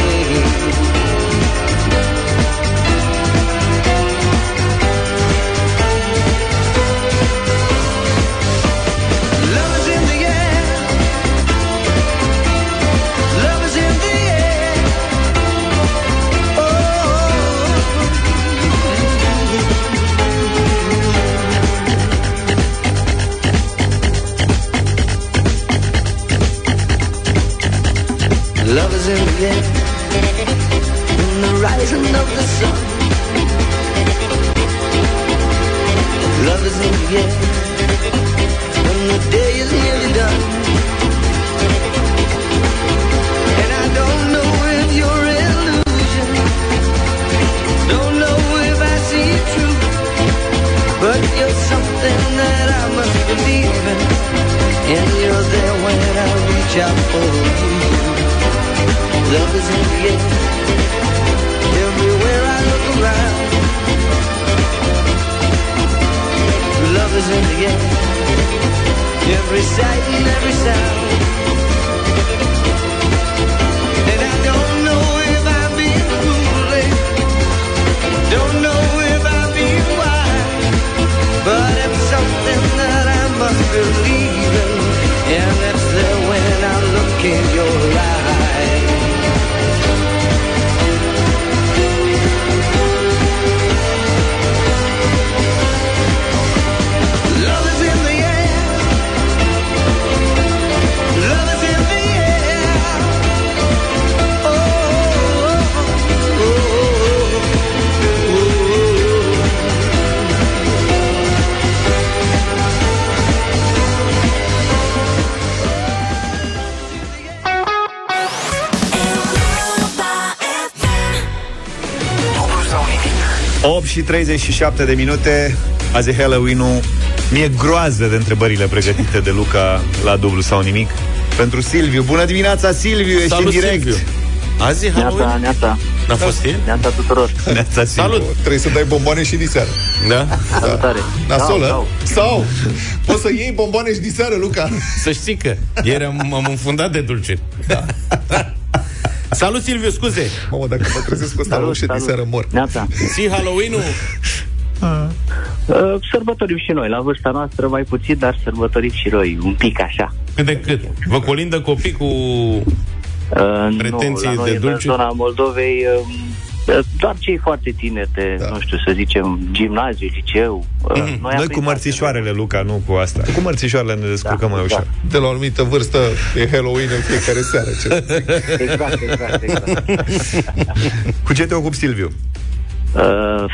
S12: name. rising of the sun. Love is in the air when the day is nearly done. And I don't know if you're illusion. Don't know if I see it true. But you're something that I must believe in. And you're there when I reach out for you. Love is in the air. Everywhere I look around. Love is in the air. Every sight and every sound. And I don't know if I'm being foolish. Don't know if I'm being wise. But it's something that I must believe in. And it's there when I look in your eyes. Love is in the air. Love is in the air. Oh, oh, oh, oh,
S9: Dublu sau nimic.
S1: 8 și 37 de minute Azi e Halloween-ul Mi-e groază de întrebările pregătite de Luca La dublu sau nimic Pentru Silviu, bună dimineața Silviu, ești
S3: Salut,
S1: în direct
S3: Silviu. Azi e
S15: Neața,
S3: Halloween?
S15: neața.
S3: N-a fost el?
S15: Neața tuturor.
S1: Neața,
S3: Salut!
S2: Trebuie să dai bomboane și diseară.
S3: Da?
S15: Salutare.
S2: Nasolă?
S15: Sau,
S2: Sau, ă? sau. poți să iei bomboane și diseară, Luca.
S3: Să știi că ieri am, am înfundat de dulce. Salut, Silviu, scuze!
S2: Mamă, dacă mă trezesc cu asta la
S15: Salut,
S2: ușă
S15: salut. Da.
S2: diseară, mor.
S15: Neața.
S3: Si Halloween-ul!
S15: Uh, Sărbătorim și noi, la vârsta noastră mai puțin, dar sărbătorim și noi, un pic așa.
S3: Cât de cât? Vă colindă copii cu...
S15: Uh,
S3: Pretenții
S15: nu, la
S3: de
S15: noi,
S3: dulce?
S15: În zona Moldovei, uh, uh, doar cei foarte tineri de, da. nu știu să zicem, gimnaziu, liceu. Uh, noi am
S1: Noi
S15: primit
S1: cu mărțișoarele, Luca, nu cu asta Cu mărțișoarele ne descurcăm mai ușor
S2: De la o anumită vârstă e Halloween în fiecare seară. Ce?
S15: Exact, exact, exact.
S1: Cu ce te ocupi, Silviu?
S15: Uh,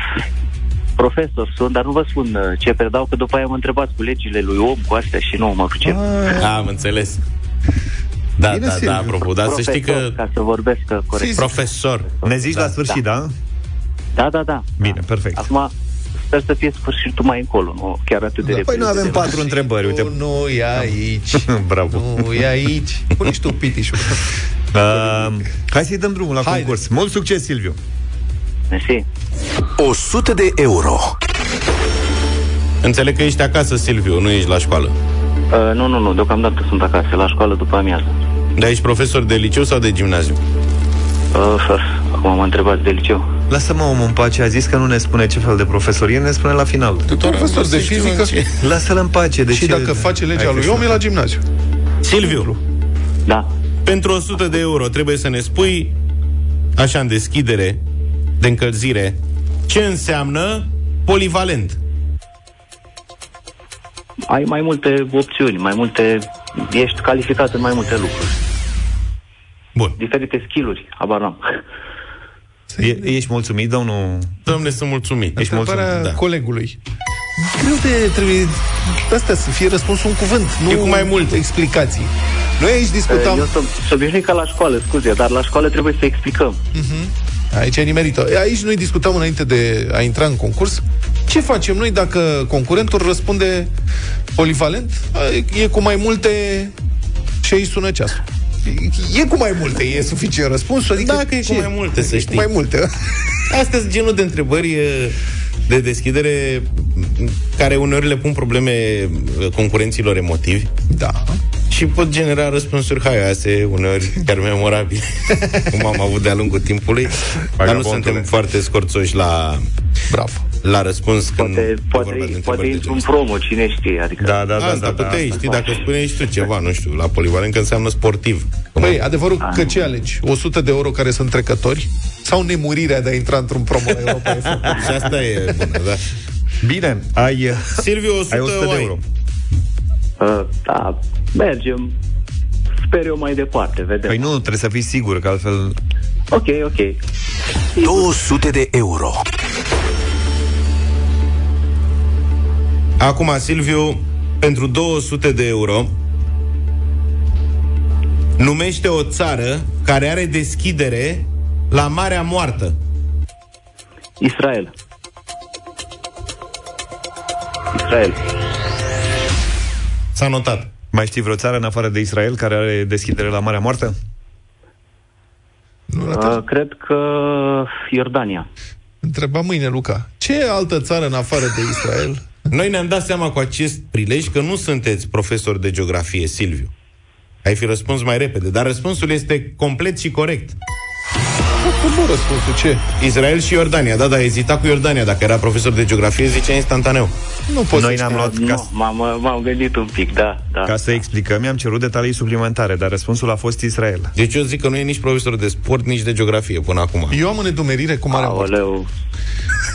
S15: profesor sunt, dar nu vă spun uh, ce predau, că după aia mă întrebați cu legile lui om, cu astea și nu mă pricep.
S3: Am înțeles. Da,
S15: Bine,
S3: da,
S15: Silviu.
S3: da, apropo, dar să
S15: Profesor,
S3: știi că...
S15: ca să vorbesc uh, corect.
S3: Profesor.
S1: Ne zici
S15: Da,
S1: la sfârșit, da?
S15: Da, da, da.
S1: Bine, perfect
S15: Acum, sper să fie sfârșitul mai încolo, nu chiar atât de repede.
S1: Păi nu avem patru întrebări, uite
S2: Nu e aici.
S1: Bravo
S2: Nu e aici. Pune și tu pitișul.
S1: Uh, hai să-i dăm drumul la concurs. Mult succes, Silviu!
S15: Mersi.
S3: 100 de euro. Înțeleg că ești acasă, Silviu, nu ești la școală.
S15: Uh, nu, nu, nu, deocamdată sunt acasă, la școală după amiază.
S3: Dar ești profesor de liceu sau de gimnaziu?
S15: Uh, acum mă întrebați de liceu.
S1: Lasă-mă omul în pace, a zis că nu ne spune ce fel de profesor e, ne spune la final. Tu
S2: profesor de fizică?
S1: Lasă-l în pace. De
S2: Și
S1: ce-
S2: dacă face legea
S1: Hai că
S2: lui
S1: știu.
S2: om, Deci e la gimnaziu.
S3: Silviu.
S15: Da.
S3: Pentru 100 de euro trebuie să ne spui, așa în deschidere, de încălzire, ce înseamnă polivalent.
S15: Ai mai multe opțiuni, mai multe... Ești calificat în mai multe lucruri.
S3: Bun.
S15: Diferite skill-uri, abar n-am.
S1: E, ești mulțumit, domnul?
S3: Doamne, sunt mulțumit. Deci,
S1: Ești mulțumit,
S2: Întrebarea
S1: da.
S2: colegului. Greu de trebuie... Asta să fie răspunsul un cuvânt, nu
S3: cu mai multe.
S2: explicații. Noi aici discutam...
S15: Eu sunt sunt obișnuit ca la școală, scuze, dar la școală trebuie să explicăm.
S2: Aici e nimerită. Aici noi discutam înainte de a intra în concurs. Ce facem noi dacă concurentul răspunde polivalent? E cu mai multe și aici sună ceasul. E cu mai multe, e suficient răspunsul? Adică
S3: Dacă e cu mai multe, să
S2: E
S3: știi.
S2: Cu mai multe.
S3: Astea sunt genul de întrebări e, de deschidere m, care uneori le pun probleme e, concurenților emotivi.
S2: Da.
S3: Și pot genera răspunsuri haioase, uneori chiar memorabile, cum am avut de-a lungul timpului. Dar nu
S1: Vagabondule.
S3: suntem foarte scorțoși la,
S2: Bravo.
S3: la răspuns când
S15: Poate,
S3: vorba de
S15: poate, poate
S3: întrebări de
S15: intru în promo, cine știe, adică...
S1: Da, da, da,
S3: Asta
S1: da, da.
S3: puteai, știi, dacă spuneai și tu ceva, nu știu, la polivalent, că înseamnă sportiv.
S1: Păi,
S2: Băi, Păi, adevărul că ce alegi? 100 de euro care sunt trecători? Sau nemurirea de a intra într-un promo la Europa FM?
S3: Și asta e bună, da.
S1: Bine, ai, eh,
S3: Silviu, 100,
S1: ai 100 de
S3: oi.
S1: euro.
S15: Uh, da, mergem. Sper eu mai departe, vedem.
S1: Păi nu, trebuie să fii sigur, că altfel
S15: Ok, ok.
S9: 200 de euro.
S3: Acum, Silviu, pentru 200 de euro, numește o țară care are deschidere la Marea Moartă.
S15: Israel. Israel.
S3: S-a notat.
S1: Mai știi vreo țară în afară de Israel care are deschidere la Marea Moartă?
S15: Uh, cred că Iordania.
S2: Întreba mâine, Luca. Ce altă țară în afară de Israel?
S3: Noi ne-am dat seama cu acest prilej că nu sunteți profesor de geografie, Silviu. Ai fi răspuns mai repede, dar răspunsul este complet și corect.
S2: Nu răspunsul, ce?
S3: Israel și Iordania. Da, da, ezita cu Iordania. Dacă era profesor de geografie, zicea instantaneu.
S2: Nu pot
S1: Noi ne-am luat
S15: Nu,
S1: ca,
S15: m-am, m-am gândit un pic, da, da.
S1: ca să explicăm, i-am cerut detalii suplimentare, dar răspunsul a fost Israel.
S3: Deci eu zic că nu e nici profesor de sport, nici de geografie până acum.
S2: Eu am o nedumerire cu Marea Moartă.
S15: Aoleu.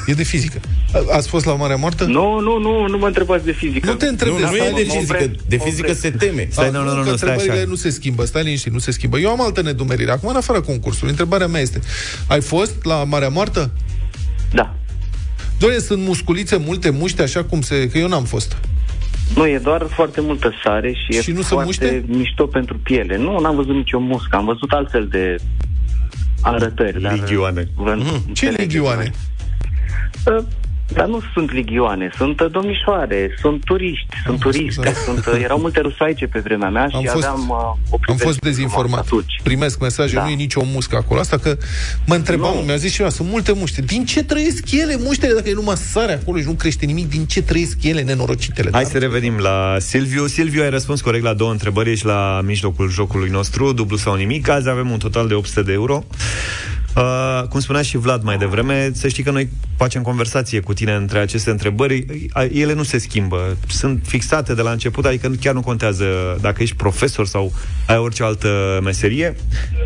S2: E de fizică. A- Ați fost la Marea Moartă?
S15: Nu, nu, nu, nu mă întrebați de fizică.
S2: Nu te întreb
S3: Nu,
S2: de
S3: nu e
S2: fizică.
S3: de fizică. De fizică se teme.
S1: Stai,
S2: Ah,
S1: nu, nu, nu,
S2: că
S1: nu, stai
S2: întrebările
S1: așa.
S2: nu se schimbă, stai liniștit, nu se schimbă. Eu am altă nedumerire. Acum, în afară concursului, întrebarea mea este, ai fost la Marea Moartă?
S15: Da.
S2: Doamne, sunt musculițe multe, muște, așa cum se... Că eu n-am fost.
S15: Nu, e doar foarte multă sare și,
S2: Și
S15: e
S2: nu se
S15: foarte
S2: muște?
S15: mișto pentru piele. Nu, n-am văzut nicio muscă. Am văzut altfel de arătări. Dar
S1: Ligioane.
S15: vă
S2: Mhm. Ce
S15: înțelegeți
S2: legioane?
S15: mai. Uh, Dar nu sunt ligioane, sunt uh, domnișoare, sunt turiști, sunt turiste, sunt, uh, erau multe rusaice pe vremea mea și
S2: exact. Am fost-
S15: aveam uh, o
S2: Am
S15: priveliște
S2: fost
S15: frumoasă
S2: dezinformat.
S15: atunci.
S2: Primesc mesaje,
S15: Da.
S2: nu e nicio muscă acolo. Asta că mă întrebam,
S15: Nu.
S2: mi-a zis și eu, sunt multe muște. Din ce trăiesc ele, muștele, dacă e numai sare acolo și nu crește nimic, din ce trăiesc ele, nenorocitele? Da.
S1: Hai
S2: dar?
S1: să revenim la Silviu. Silviu, ai răspuns corect la două întrebări, ești la mijlocul jocului nostru, dublu sau nimic. Azi avem un total de 800 de euro. Uh, cum spunea și Vlad mai devreme, să știi că noi facem conversație cu tine între aceste întrebări. A- Ele nu se schimbă, sunt fixate de la început, adică chiar nu contează dacă ești profesor sau ai orice altă meserie.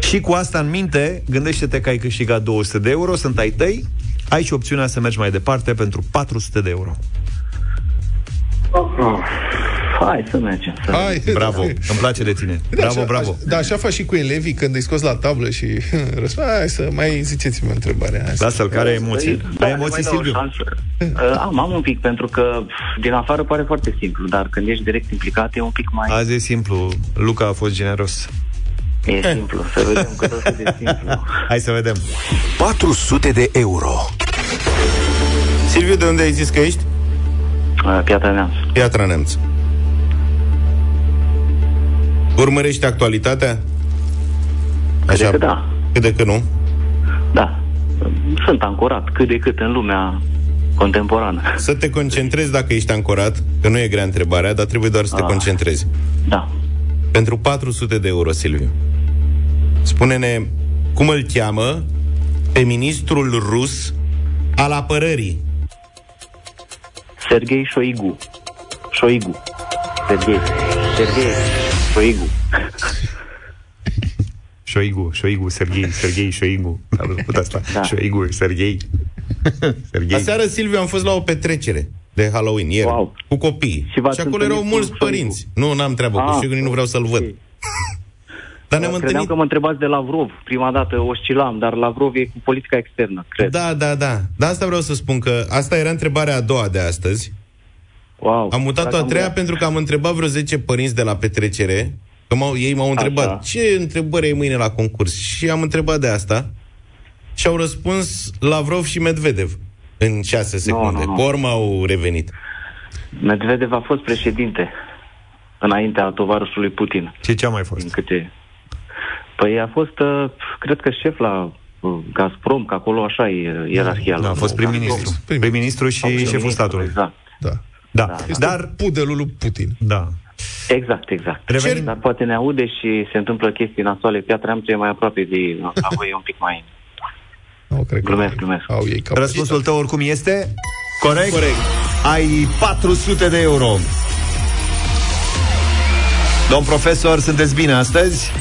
S1: Și cu asta în minte, gândește-te că ai câștigat 200 de euro, sunt ai tăi, ai și opțiunea să mergi mai departe pentru 400 de euro.
S15: Oh, hai să mergem. Să
S2: Hai,
S1: Bravo,
S2: Da,
S1: îmi place de tine. Bravo,
S2: așa,
S1: bravo.
S2: Așa, da, așa faci și cu elevii când îi scoți la tablă și răspunde, hai să mai ziceți-mi o întrebare. Hai să-
S1: Lasă-l, care are emoții.
S15: Da,
S1: Ai
S15: le mai
S1: emoții,
S15: dau o
S1: Silviu?
S15: șansă. Uh, am, am un pic, pentru că pf, din afară pare foarte simplu, dar când ești direct implicat e un pic mai...
S1: Azi e simplu. Luca a fost generos.
S15: E simplu. Să vedem cât o să de simplu.
S1: Hai să vedem.
S9: 400 de euro.
S3: Silviu, de unde ai zis că ești?
S15: Uh, Piatra Neamț.
S3: Piatra Neamț. Urmărești actualitatea?
S15: Cred că da.
S3: Cât de cât nu?
S15: Da. Sunt ancorat cât de cât în lumea contemporană.
S3: Să te concentrezi dacă ești ancorat, că nu e grea întrebarea, dar trebuie doar să te
S15: Ah.
S3: concentrezi.
S15: Da.
S3: Pentru 400 de euro, Silviu. Spune-ne cum îl cheamă pe ministrul rus al apărării.
S15: Sergei Șoigu. Șoigu. Sergei. Sergei. Șoigu.
S1: Șoigu, Șoigu, Serghei, Serghei, Șoigu. Am făcut asta.
S15: Da.
S1: Șoigu, Serghei. Serghei.
S3: Aseară, Silviu, am fost la o petrecere de Halloween, ieri,
S15: Wow.
S3: cu copii.
S15: Și v-ați
S3: și acolo erau
S15: întâlnit cu
S3: mulți
S15: Șoigu.
S3: părinți. Nu, n-am treabă cu
S15: Ah,
S3: Șoigu, nici nu vreau să-l văd.
S15: ok.
S3: Dar ne-am
S15: Credeam
S3: întâlnit...
S15: că mă întrebați de Lavrov. Prima dată oscilam, dar Lavrov e cu politica externă, cred.
S3: Da, da, da. Dar asta vreau să spun că asta era întrebarea a doua de astăzi.
S15: Wow.
S3: Am mutat-o
S15: Dacă
S3: a
S15: am
S3: treia
S15: vrea-
S3: pentru că am întrebat vreo 10 părinți de la petrecere, că m-au, ei m-au întrebat
S15: Așa.
S3: ce întrebări ai mâine la concurs și am întrebat de asta și au răspuns Lavrov și Medvedev în 6 secunde.
S15: nu, nu.
S3: Pe urmă au revenit.
S15: Medvedev a fost președinte înaintea tovarășului Putin,
S1: Ce ce-a mai fost?
S15: din câte... Păi a fost, uh, cred că șef la uh, Gazprom, că acolo așa e uh, ierarhia.
S1: Da, a
S15: la-
S1: fost prim-ministru.
S2: Prim-
S1: Prim-ministru și șeful statului.
S15: Exact,
S2: Da.
S1: Da,
S2: Este
S1: dar...
S2: Dar... pudelul lui Putin.
S1: Da.
S15: exact. exact.
S1: Revenim.
S15: Dar poate ne aude și se întâmplă chestii nasoale. Piatra am ce mai aproape de la voi e un pic mai...
S2: Nu, cred că
S15: Glumesc,
S2: au-
S15: glumesc.
S2: Au ei cap.
S1: Răspunsul tău oricum este... Corect?
S3: Corect.
S1: Ai 400 de euro. Domn profesor, sunteți bine astăzi?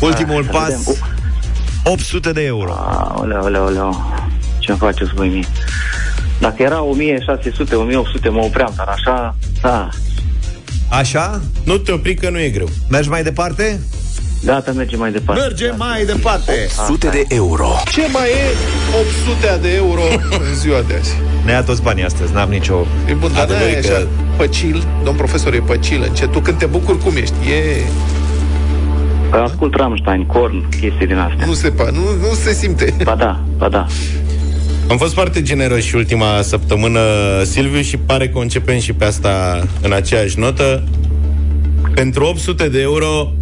S1: Ultimul
S15: să
S1: pas,
S15: vedem.
S1: 800 de euro.
S15: Aoleu, aoleu, aoleu. Ce-mi faceți voi mie? Dacă era 1600, 1800, mă opream, dar așa... Da,
S1: Așa?
S3: Nu te opri că nu e greu.
S1: Mergi mai departe?
S15: Gata, mergem mai departe.
S2: Mergem mai departe.
S9: 800 de euro.
S2: Ce mai e 800 de euro în ziua de azi?
S1: Ne ia toți banii astăzi, n-am nicio...
S2: E bun, dar n-ai
S1: Adevărul e
S2: așa, păcil, domn profesor, e păcil, încet. Tu când te bucuri, cum ești? E...
S15: Păi, Ascult Rammstein, Korn, chestii din astea.
S2: Nu se, pa, nu, nu se simte.
S15: Ba da, ba da.
S3: Am fost foarte generoși ultima săptămână, Silviu, și pare că o începem și pe asta în aceeași notă. Pentru 800 de euro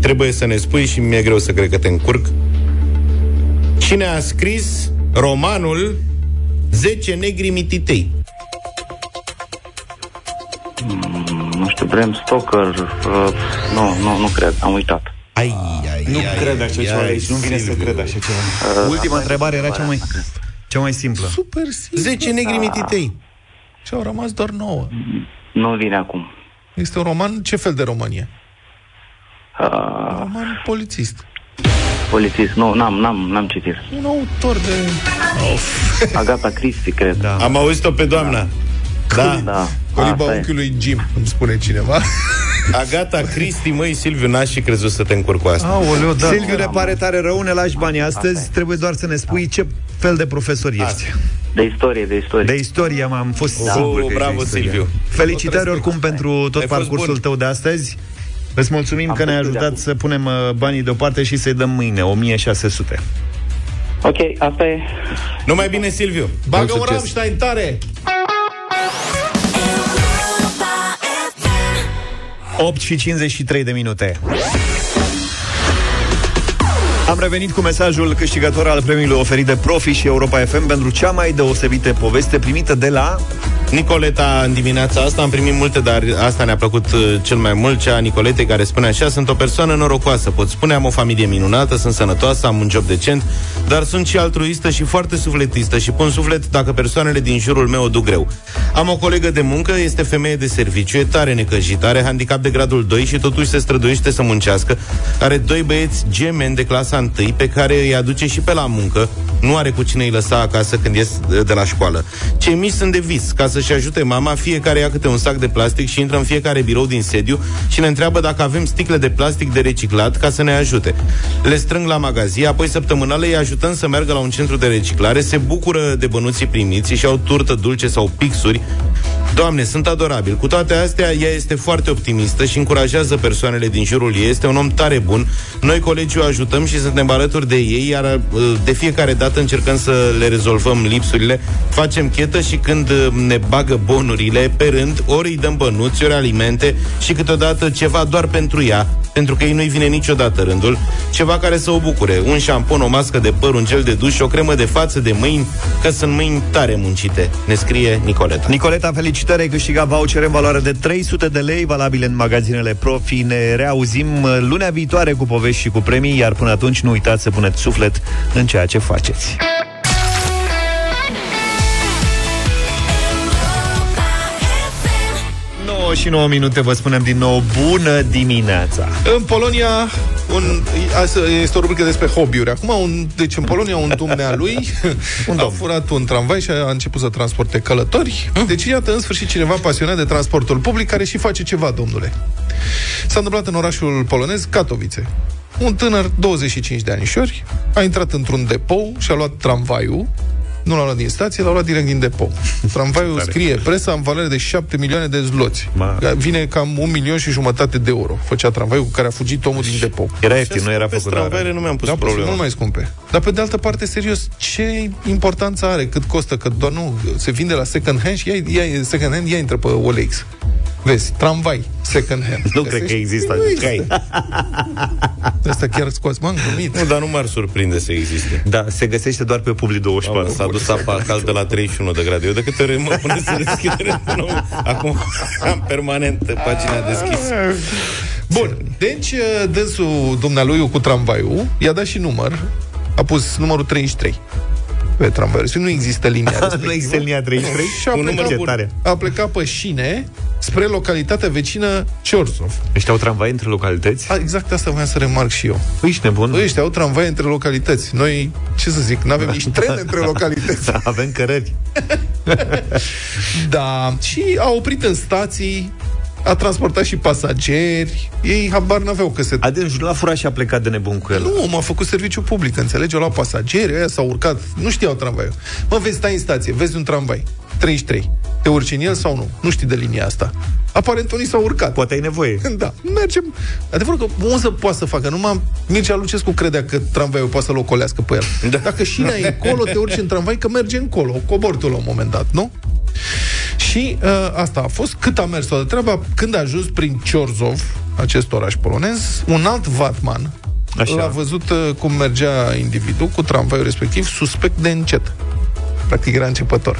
S3: trebuie să ne spui și mi-e greu să cred că te încurc. Cine a scris romanul 10 negri mititei?
S15: Nu știu, Bram Stoker, uh, nu, nu, nu cred, am uitat.
S3: Ai, ai,
S1: Nu cred așa ceva
S3: ai,
S1: aici, nu vine să
S3: Silviu.
S1: cred așa ceva.
S15: Uh,
S1: Ultima întrebare era cea mai, cea mai simplă.
S2: Super simplu.
S3: 10 negri mititei.
S2: Și au rămas doar 9.
S15: Nu vine acum.
S2: Este un roman, ce fel de roman e?
S15: Uh,
S2: Roman polițist.
S15: polițist, nu, n-am, n-am, n-am citit.
S2: Un autor de...
S15: Agata Cristi, cred. Da,
S3: Am auzit-o pe doamna. Da.
S15: da.
S2: Coliba
S15: asta e.
S2: unchiului Jim, îmi spune cineva.
S3: Agata Cristi, măi, Silviu, n-aș și crezut să te încurc cu asta.
S1: Aoleu, da. Silviu,
S15: Da,
S1: ne
S15: mă.
S1: pare tare rău, ne lași banii astăzi, trebuie doar să ne spui ce fel de profesor ești.
S15: De istorie, de istorie.
S1: De istorie m-am fost
S3: Da.
S1: sigur
S3: Oh,
S1: că
S3: bravo,
S1: ești de istorie.
S3: Silviu.
S1: Felicitări oricum pentru tot
S3: Ai fost
S1: parcursul
S3: bun.
S1: tău de astăzi. Îți mulțumim
S15: Am
S1: că ne-ai
S15: fost de
S1: ajutat
S15: acum.
S1: să punem uh, banii deoparte și să-i dăm mâine, 1600.
S15: Ok, asta e.
S3: Numai bine, Silviu.
S2: Bagă un
S1: succes.
S2: Rammstein tare!
S1: 8 și 53 de minute. Am revenit cu mesajul câștigător al premiului oferit de Profi și Europa FM pentru cea mai deosebită poveste primită de la...
S3: Nicoleta, în dimineața asta am primit multe, dar asta ne-a plăcut uh, cel mai mult, cea a Nicoletei care spune așa, sunt o persoană norocoasă, pot spune, am o familie minunată, sunt sănătoasă, am un job decent, dar sunt și altruistă și foarte sufletistă și pun suflet dacă persoanele din jurul meu o duc greu. Am o colegă de muncă, este femeie de serviciu, e tare necăjită, are handicap de gradul 2 și totuși se străduiește să muncească, are doi băieți gemeni de clasa 1 pe care îi aduce și pe la muncă, nu are cu cine îi lăsa acasă când ies uh, de la școală. Cei mici sunt de vis, ca să-și ajute mama, fiecare ia câte un sac de plastic și intră în fiecare birou din sediu și ne întreabă dacă avem sticle de plastic de reciclat ca să ne ajute. Le strâng la magazie, apoi săptămânal îi ajutăm să meargă la un centru de reciclare, se bucură de bănuții primiți și au turtă dulce sau pixuri. Doamne, sunt adorabil. Cu toate astea, ea este foarte optimistă și încurajează persoanele din jurul ei. Este un om tare bun. Noi, colegii, o ajutăm și suntem alături de ei, iar uh, de fiecare dată încercăm să le rezolvăm lipsurile. Facem chetă și când uh, ne bagă bonurile pe rând, ori îi dăm bănuți, ori alimente și câteodată ceva doar pentru ea, pentru că ei nu-i vine niciodată rândul. Ceva care să o bucure. Un șampon, o mască de păr, un gel de duș, o cremă de față, de mâini, că sunt mâini tare muncite. Ne scrie Nicoleta.
S1: Nicoleta, felicitări, ai câștigat vouchere în valoare de 300 de lei, valabile în magazinele Profi. Ne reauzim uh, lunea viitoare cu povești și cu premii, iar până atunci nu uitați să puneți suflet în ceea ce faceți. și 9 minute vă spunem din nou bună dimineața.
S2: În Polonia, un, asta este o rubrică despre hobby-uri. Acum, un, deci în Polonia, un dumnealui un a furat un tramvai și a început să transporte călători. Deci, iată, în sfârșit, cineva pasionat de transportul public care și face ceva, domnule. S-a întâmplat în orașul polonez Katowice. Un tânăr, 25 de anișori, a intrat într-un depou și a luat tramvaiul nu l-a luat din stație, l-a luat direct din depou. Tramvaiul scrie presa în valoare de 7 milioane de zloți.
S1: Ma.
S2: Vine cam un milion și jumătate de euro. Făcea tramvaiul cu care a fugit omul din depou.
S1: Era ieftin, nu era făcut rar.
S3: nu mi-am pus
S2: Da, problema.
S3: problema.
S2: mult mai scumpe. Dar pe de altă parte, serios, ce importanță are cât costă? Că doar nu, se vinde la second hand și ia, ia second hand, ia intră pe OLX. Vezi, tramvai, second hand.
S1: Nu cred că există
S2: Nu
S1: așa
S2: există. Asta chiar scoți, m-am glumit.
S3: Nu, dar nu m-ar surprinde să existe.
S1: Da, se găsește doar pe public 24.
S3: Mamă, s-a dus apa caldă la 31 de grade. Eu de câte ori mă pune să deschid telefonul, acum am permanent pagina deschisă.
S2: Bun, deci dânsul dumnealui cu tramvaiul i-a dat și număr, a pus numărul 33 pe tramvaiul. respectiv. Nu există linia respectivă.
S1: nu există linia 33?
S2: Și a
S1: Un număr
S2: plecat,
S1: ce tare.
S2: a plecat pe șine spre localitatea vecină Ciorsov.
S1: Ăștia au tramvai între localități?
S2: A, exact asta voiam să remarc și eu.
S1: Păi, ești nebun.
S2: Bă, ăștia au tramvai între localități. Noi, ce să zic, n-avem nici tren între localități.
S1: Da, avem cărări.
S2: Da, și a oprit în stații a transportat și pasageri. Ei habar n-aveau că se...
S1: Adică l-a furat și a plecat de nebun cu el.
S2: Nu, m-a făcut serviciu public, înțelegi? Eu la pasageri, ăia s-au urcat, nu știau tramvaiul. Mă, vezi, stai în stație, vezi un tramvai, 33. Te urci în el sau nu? Nu știi de linia asta. Aparent unii s-au urcat.
S1: Poate ai nevoie.
S2: Da, mergem. Adevărul că unul să poată să facă. Numai Mircea Lucescu credea că tramvaiul poate să-l ocolească pe el. Da. Dacă și e acolo, te urci în tramvai că merge încolo. Cobori tu la un moment dat, nu? Și uh, asta a fost cât a mers toată treaba. Când a ajuns prin Ciorzov, acest oraș polonez, un alt vatman Așa. l-a văzut uh, cum mergea individul cu tramvaiul respectiv, suspect de încet. Practic era începător.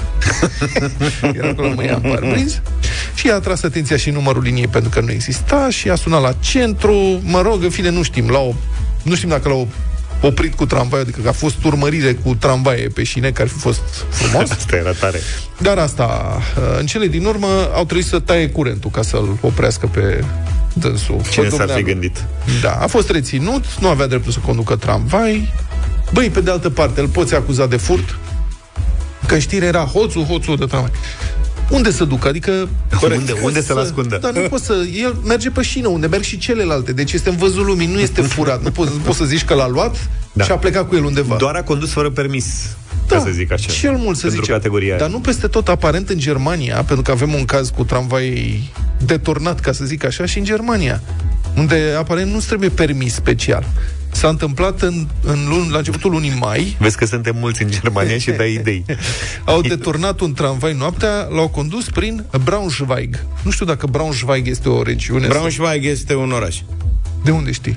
S2: era acolo mâia în parbriz. Și a atras atenția și numărul liniei pentru că nu exista și a sunat la centru. Mă rog, în fine, nu știm. La o, nu știm dacă la o oprit cu tramvaiul, adică că a fost urmărire cu tramvaie pe șine, care ar fi fost frumos.
S1: Asta era tare.
S2: Dar asta, uh, în cele din urmă, au trebuit să taie curentul ca să-l oprească pe dânsul.
S1: Cine
S2: Bă,
S1: s-ar fi
S2: domneam.
S1: gândit?
S2: Da, a fost reținut, nu avea dreptul să conducă tramvai. Băi, pe de altă parte, îl poți acuza de furt? Că în știre era hoțul, hoțul de tramvai. Unde să ducă? Adică...
S1: Corect. Unde-
S2: poți
S1: unde să-l ascundă?
S2: Dar nu poți să... El merge pe șină, unde merg și celelalte. Deci este în văzul lumii, nu este furat. Nu poți, nu poți să zici că l-a luat da. și a plecat cu el undeva.
S1: Doar a condus fără permis,
S2: Da,
S1: ca să zic așa.
S2: Cel mult să
S1: Pentru
S2: zice.
S1: categoria
S2: Dar
S1: aia.
S2: nu peste tot, aparent în Germania, pentru că avem un caz cu tramvai deturnat, ca să zic așa, și în Germania, unde aparent nu trebuie permis special. S-a întâmplat în, în luni, la începutul lunii mai,
S1: Vezi că suntem mulți în Germania și dai idei.
S2: au deturnat un tramvai noaptea, l-au condus prin Braunschweig. Nu știu dacă Braunschweig este o regiune. sau-
S3: Braunschweig este un oraș.
S2: De unde știi?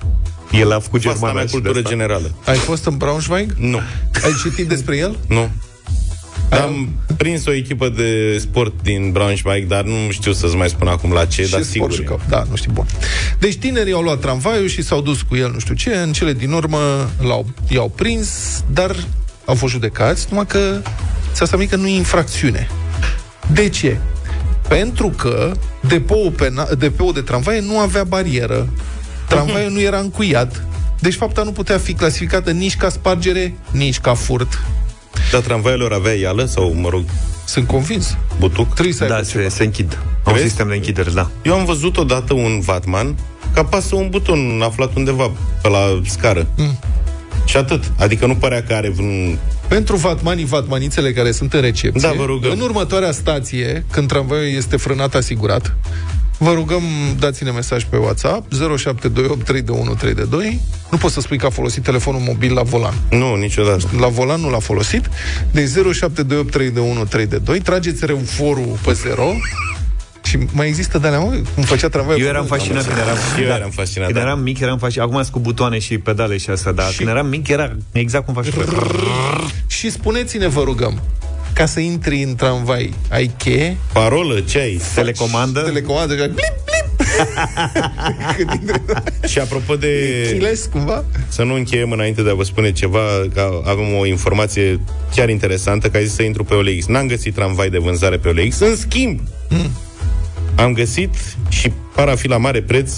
S1: El a făcut
S3: Asta
S1: Germania
S3: mea
S1: și de
S3: cultură
S1: asta.
S3: generală.
S2: Ai fost în Braunschweig?
S3: Nu.
S2: Ai citit despre el?
S3: Nu. Am prins o echipă de sport din Braunschweig, dar nu știu să-ți mai spun acum la ce, dar
S2: și sport
S3: sigur.
S2: și cap. Da, nu știu, bun. Deci tinerii au luat tramvaiul și s-au dus cu el, nu știu ce, în cele din urmă l-au, i-au prins, dar au fost judecați, numai că s-a stabilit că nu e infracțiune. De ce? Pentru că depoul, pena, depoul de tramvaie nu avea barieră, tramvaiul nu era încuiat, deci fapta nu putea fi clasificată nici ca spargere, nici ca furt.
S3: Dar tramvaielor avea ială sau, mă rog,
S2: Sunt convins.
S3: butuc?
S2: Trebuie să
S1: Da,
S2: da,
S1: se, se închid. Au un
S3: Vezi?
S1: sistem de închideri, da.
S3: Eu am văzut odată un Vatman că apasă un buton aflat undeva pe la scară. Mm. Și atât. Adică nu părea că are vreun...
S2: Pentru vatmanii, vatmanițele care sunt în recepție,
S3: Da, vă rugăm.
S2: în următoarea stație, când tramvaiul este frânat asigurat, vă rugăm, dați-ne mesaj pe WhatsApp 07283132. Nu poți să spui că a folosit telefonul mobil la volan.
S3: Nu, niciodată.
S2: La volan nu l-a folosit. Deci 07283132. Trageți reuforul pe zero. Și mai există de alea, mă, cum făcea tramvaiul.
S1: Eu eram
S2: Doamne,
S1: fascinat
S2: să-
S1: când eram,
S3: Eu
S1: da,
S3: eram fascinat.
S1: când
S3: da.
S1: eram mic, eram fascinat. Acum sunt cu butoane și pedale și asta, dar când eram mic era exact cum faci tu.
S2: Și spuneți-ne, vă rugăm, ca să intri în tramvai, ai cheie?
S3: Parolă, ce ai? Da.
S1: Telecomandă.
S2: Telecomandă, blip, blip! Când intri
S3: Și apropo de...
S2: Chiles, cumva?
S3: Să nu încheiem înainte de a vă spune ceva, că avem o informație chiar interesantă, că a zis să intru pe OLX. N-am găsit tramvai de vânzare pe OLX, în schimb,
S2: Hmm.
S3: am găsit și par a fi la mare preț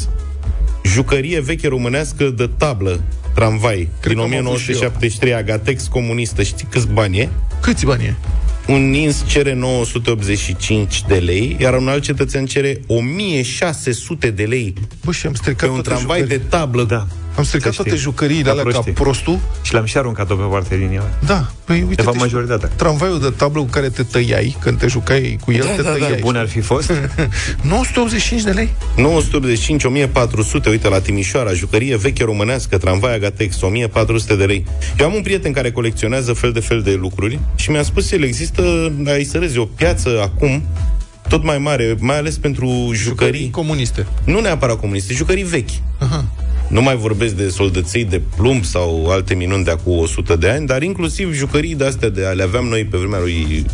S3: jucărie veche românească de tablă, tramvai,
S2: Cred
S3: din
S2: că am avut și eu.
S3: 1973, Agatex comunistă, știi câți bani e?
S2: Câți bani e?
S3: Un nins cere 985 de lei, iar un alt cetățean cere 1600 de lei
S2: Bă, și am
S3: pe
S2: stricat
S3: Păi un
S2: toate
S3: tramvai
S2: jucării.
S3: de tablă.
S1: Da.
S2: Am stricat
S1: Să știi.
S2: toate jucăriile
S1: Ca
S2: alea ca
S1: proștii.
S2: prostul.
S1: Și l-am și aruncat-o pe parte din ele.
S2: Da, păi uite
S1: De fapt, majoritatea.
S2: Tramvaiul de tablă cu care te tăiai Când te jucai cu el, te
S1: Ce
S2: tăiai
S1: bun ar fi fost.
S2: 985 de lei?
S3: 985, 1400, uite la Timișoara, jucărie veche românească, tramvai Agatex, 1400 de lei. Eu am un prieten care colecționează fel de fel de lucruri și mi-a spus el există, ai să râzi, o piață acum tot mai mare, mai ales pentru jucării,
S2: Comuniste
S3: nu neapărat comuniste, jucării vechi. Nu mai vorbesc de soldăței de plumb sau alte minuni de acum 100 de ani, dar inclusiv jucării de astea de le aveam noi pe vremea lui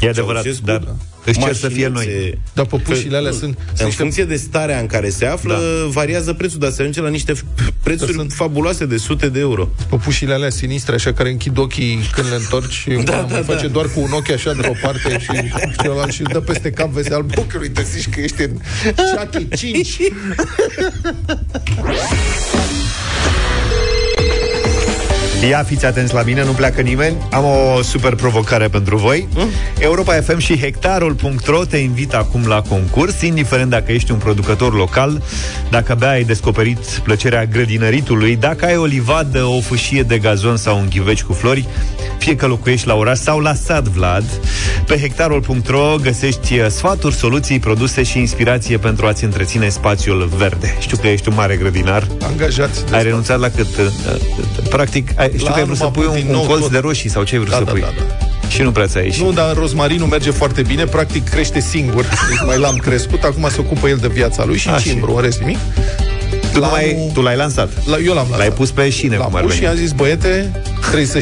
S1: E adevărat,
S3: Ceaușescu, da.
S1: dar își cer să fie
S3: mașinuțe,
S1: noi.
S2: Dar păpușile alea
S3: nu,
S2: sunt
S3: În
S2: sunt niște-
S3: funcție de starea în care se află, da. variază prețul, dar se ajunge la niște f- prețuri sunt... fabuloase de sute de euro.
S2: Păpușile alea sinistre, așa, care închid ochii când le întorci da, da, face doar cu un ochi așa de o parte și celălalt și îl dă peste cap vezi al bucurului, te zici că ești în Chucky 5.
S1: Ia fiți atenți la mine, nu pleacă nimeni. Am o super provocare pentru voi. Mm? Europa FM și hectarul.ro te invită acum la concurs, indiferent dacă ești un producător local, dacă abia ai descoperit plăcerea grădinăritului, dacă ai o livadă, o fâșie de gazon sau un ghiveci cu flori, fie că locuiești la oraș sau la sat, Vlad. Pe hectarul.ro găsești sfaturi, soluții, produse și inspirație pentru a-ți întreține spațiul verde. Știu că ești un mare grădinar.
S2: Angajați.
S1: Ai renunțat la cât? Practic, ai, știu
S2: La
S1: că ai
S2: anul
S1: vrut să
S2: m-a
S1: pui
S2: pus
S1: un,
S2: din
S1: un
S2: nou
S1: colț
S2: tot.
S1: de roșii sau ce ai vrut
S2: Da,
S1: să
S2: da,
S1: pui.
S2: da,
S1: Și nu prea ți-a ieșit.
S2: Nu, dar rozmarinul merge foarte bine, practic crește singur. Deci mai l-am crescut, acum se ocupă el de viața lui și
S1: Așa.
S2: cimbru, în rest nimic.
S1: Ah, Tu, la ai, tu l-ai lansat.
S2: La, eu l-am lansat.
S1: L-ai pus pe șine, cum ar
S2: Pus
S1: veni.
S2: și am zis, băiete, trebuie să te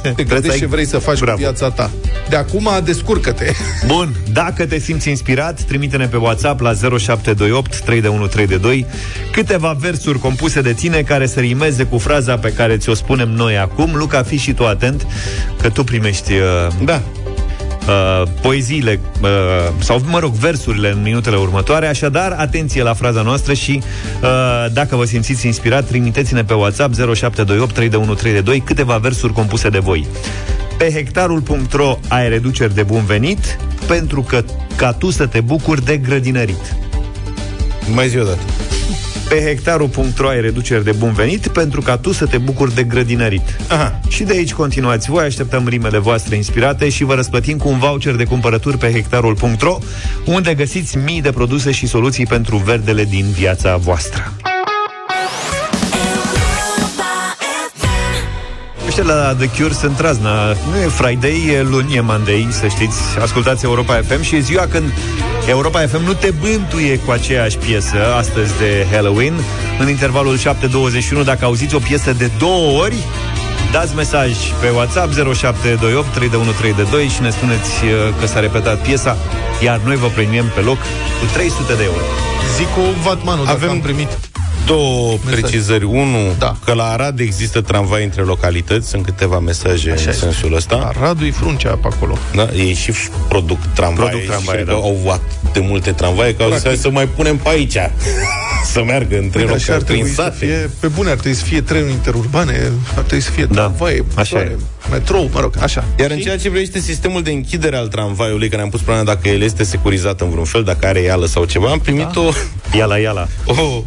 S1: să ai-
S2: gândești ce vrei să faci cu viața ta. De acum, descurcă-te.
S1: Bun, dacă te simți inspirat, trimite-ne pe WhatsApp la 0728 3132 câteva versuri compuse de tine care să rimeze cu fraza pe care ți-o spunem noi acum. Luca, fii și tu atent că tu primești uh, da. Uh, poeziile uh, sau, mă rog, versurile în minutele următoare. Așadar, atenție la fraza noastră și uh, dacă vă simțiți inspirat, trimiteți-ne pe WhatsApp 0728 3132 câteva versuri compuse de voi. Pe hectarul.ro ai reduceri de bun venit pentru că ca tu să te bucuri de grădinărit.
S3: Mai zi o dată.
S1: Pe hectarul.ro ai reduceri de bun venit pentru ca tu să te bucuri de grădinărit. Aha. Și de aici continuați voi, așteptăm rimele voastre inspirate și vă răsplătim cu un voucher de cumpărături pe hectarul.ro unde găsiți mii de produse și soluții pentru verdele din viața voastră. Ăștia la The Cure sunt razna. Nu e Friday, e luni, e Monday, să știți. Ascultați Europa FM și e ziua când Europa FM nu te bântuie cu aceeași piesă astăzi de Halloween. În intervalul 7.21, dacă auziți o piesă de două ori, dați mesaj pe WhatsApp 0728 3132 și ne spuneți uh, că s-a repetat piesa, iar noi vă premiem pe loc cu 300 de euro.
S2: Zic cu Vatmanul, dacă
S3: Avem-
S2: am primit.
S3: Două precizări. Unu, da. că la Arad există tramvai între localități, sunt câteva mesaje Așa în sensul ăsta.
S2: Radu-i fruncea pe acolo.
S3: Da, ei și f- produc tramvaie.
S2: Produc
S3: și
S2: tramvaie,
S3: cred
S2: da.
S3: că Au atât de multe tramvaie că au zis,
S2: Practic.
S3: hai să mai punem pe aici. să meargă între
S2: Uite, Păi, așa Adică ar
S3: localități, prin
S2: trebui să
S3: sate.
S2: fie, pe bune, ar trebui să fie trenuri interurbane, ar trebui să fie
S1: Da.
S2: tramvaie, troare, metrou, mă rog, așa.
S3: Iar în ceea ce privește sistemul de închidere al tramvaiului, că ne-am pus problema dacă el este securizat în vreun fel, dacă are ială sau ceva, am
S2: Da.
S3: primit o...
S1: Iala, iala.
S3: O,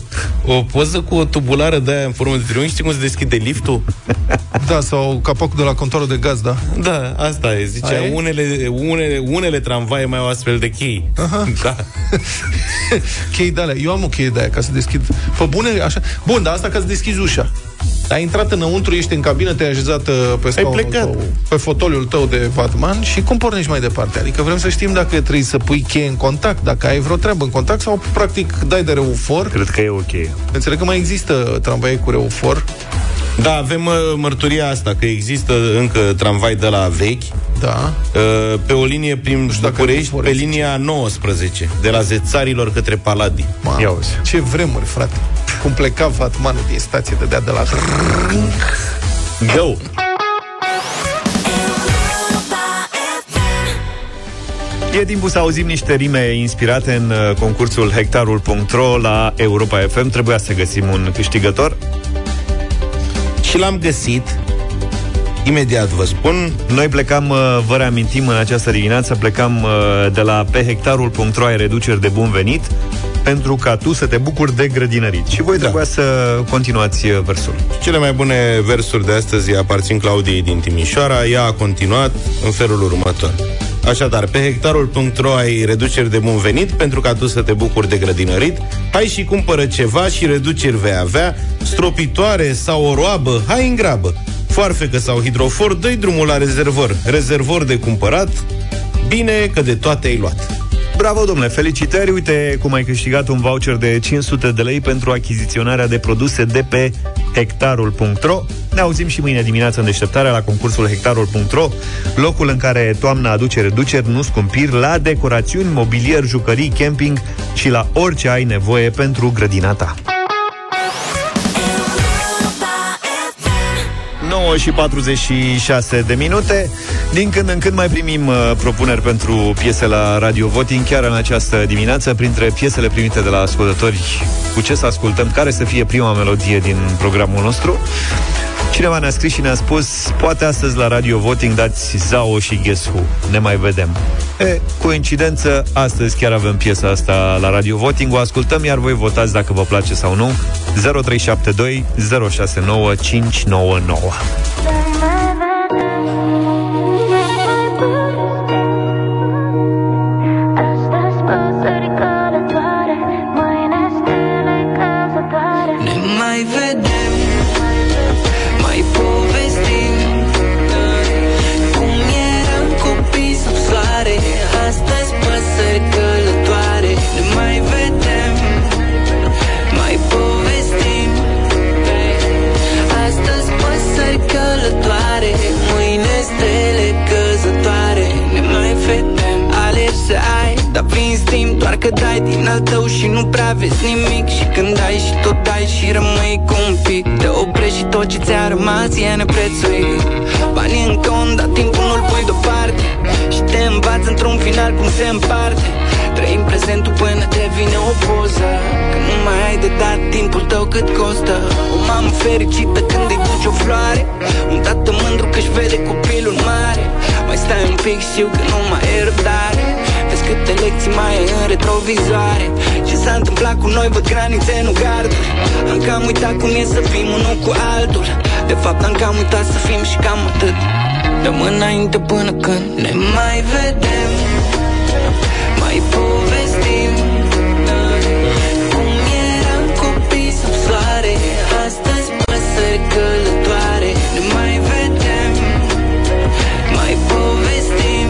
S3: o poză cu o tubulară de aia în formă de triunghi, știi cum se deschide liftul?
S2: Da, sau capacul de la contorul de gaz, da.
S3: Da, asta e. Zicea,
S2: Aia e?
S3: unele, unele, unele tramvaie mai au astfel de chei. Aha. Da.
S2: Chei de alea. Eu am o cheie de aia ca să deschid. Pe bune, așa. Bun, dar asta ca să deschizi ușa. Ai intrat înăuntru, ești în cabină, te-ai așezat uh, pe scaunul
S3: plecat.
S2: tău, pe fotoliul tău de Batman și cum pornești mai departe? Adică vrem să știm dacă trebuie să pui cheie în contact, dacă ai vreo treabă în contact sau practic dai de reufor.
S1: Cred că e ok.
S2: Înțeleg că mai există tramvaie cu reufor.
S3: Da, avem uh, mărturia asta, că există încă tramvai de la vechi,
S2: Da.
S3: uh, pe o linie prin București, pe linia 19, de la Zețarilor către Paladii.
S2: Ia Ce vremuri, frate. Cum pleca Batmanul din stație, dădea de la...
S3: Go!
S1: E timpul să auzim niște rime inspirate în uh, concursul hectarul.ro la Europa FM. Trebuia să găsim un câștigător.
S3: Și l-am găsit. Imediat vă spun.
S1: Noi plecam, uh, vă reamintim în această dimineață, plecam uh, de la pe hectarul.ro ai reduceri de bun venit pentru ca tu să te bucuri de grădinărit. Și voi trebuia să continuați uh, versul.
S3: Cele mai bune versuri de astăzi aparțin Claudiei din Timișoara. Ea a continuat în felul următor. Așadar, pe hectarul.ro ai reduceri de bun venit pentru ca tu să te bucuri de grădinărit. Hai și cumpără ceva și reduceri vei avea, stropitoare sau o roabă, hai în grabă. Foarfecă sau hidrofor, dă drumul la rezervor. Rezervor de cumpărat, bine că de toate ai luat.
S1: Bravo, domnule! Felicitări! Uite cum ai câștigat un voucher de 500 de lei pentru achiziționarea de produse de pe hectarul.ro. Ne auzim și mâine dimineață în deșteptarea la concursul hectarul.ro, locul în care toamna aduce reduceri, nu scumpiri, la decorațiuni, mobilier, jucării, camping și la orice ai nevoie pentru grădina ta. 9 și 46 de minute. Din când în când mai primim uh, propuneri pentru piese la Radio Voting, chiar în această dimineață, printre piesele primite de la ascultători, cu ce să ascultăm, care să fie prima melodie din programul nostru. Cineva ne-a scris și ne-a spus Poate astăzi la Radio Voting dați Zao și Ghesu Ne mai vedem E, coincidență, astăzi chiar avem piesa asta la Radio Voting O ascultăm, iar voi votați dacă vă place sau nu 0372 069 599
S12: Ne mai vedem Mai povestim Cum eram copii sub soare Astăzi păsări călătoare Ne mai vedem Mai povestim Astăzi păsări călătoare Mâine stele căzătoare Ne mai vedem Alergi să ai, dar prins timp Doar că dai din al tău și nu prea vezi nimic Și când dai și tot dai și rămâi cu un pic Te oprești și tot ce ți-a rămas e neprețuit Banii în cont, dar timpul nu-l pui deoparte Și te învață într-un final cum se împarte Trăim prezentul până devine o poză Că nu mai ai de dat timpul tău cât costă O mamă fericită când îi duci o floare Un tată mândru că-și vede copilul mare Mai stai un pic, știu că nu mai e răbdare Vezi câte lecții mai ai în retrovizoare Ce s-a întâmplat cu noi, văd granițe, nu garduri Am cam uitat cum e să fim unul cu altul De fapt am cam uitat să fim și cam atât Dăm înainte până când ne mai vedem mai povestim Cum eram copii sub soare Astăzi păsări călătoare Ne mai vedem Mai povestim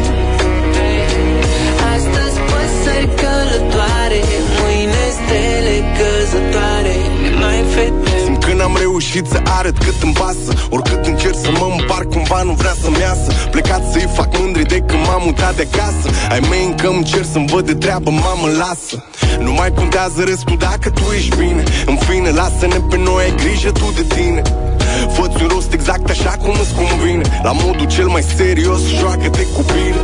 S12: Astăzi păsări călătoare Mâine stele căzătoare Ne mai vedem
S5: Simt când am reușit să arăt cât îmi pasă Oricât încerc să mă împarc, cumva nu vrea să-mi iasă Plecat să-i fac mândri de când m-am mutat de acasă Ai mei încă îmi cer să-mi văd de treabă, mamă, lasă Nu mai contează restul dacă tu ești bine În fine, lasă-ne pe noi, ai grijă tu de tine Fă-ți un rost exact așa cum îți convine La modul cel mai serios, joacă-te cu bine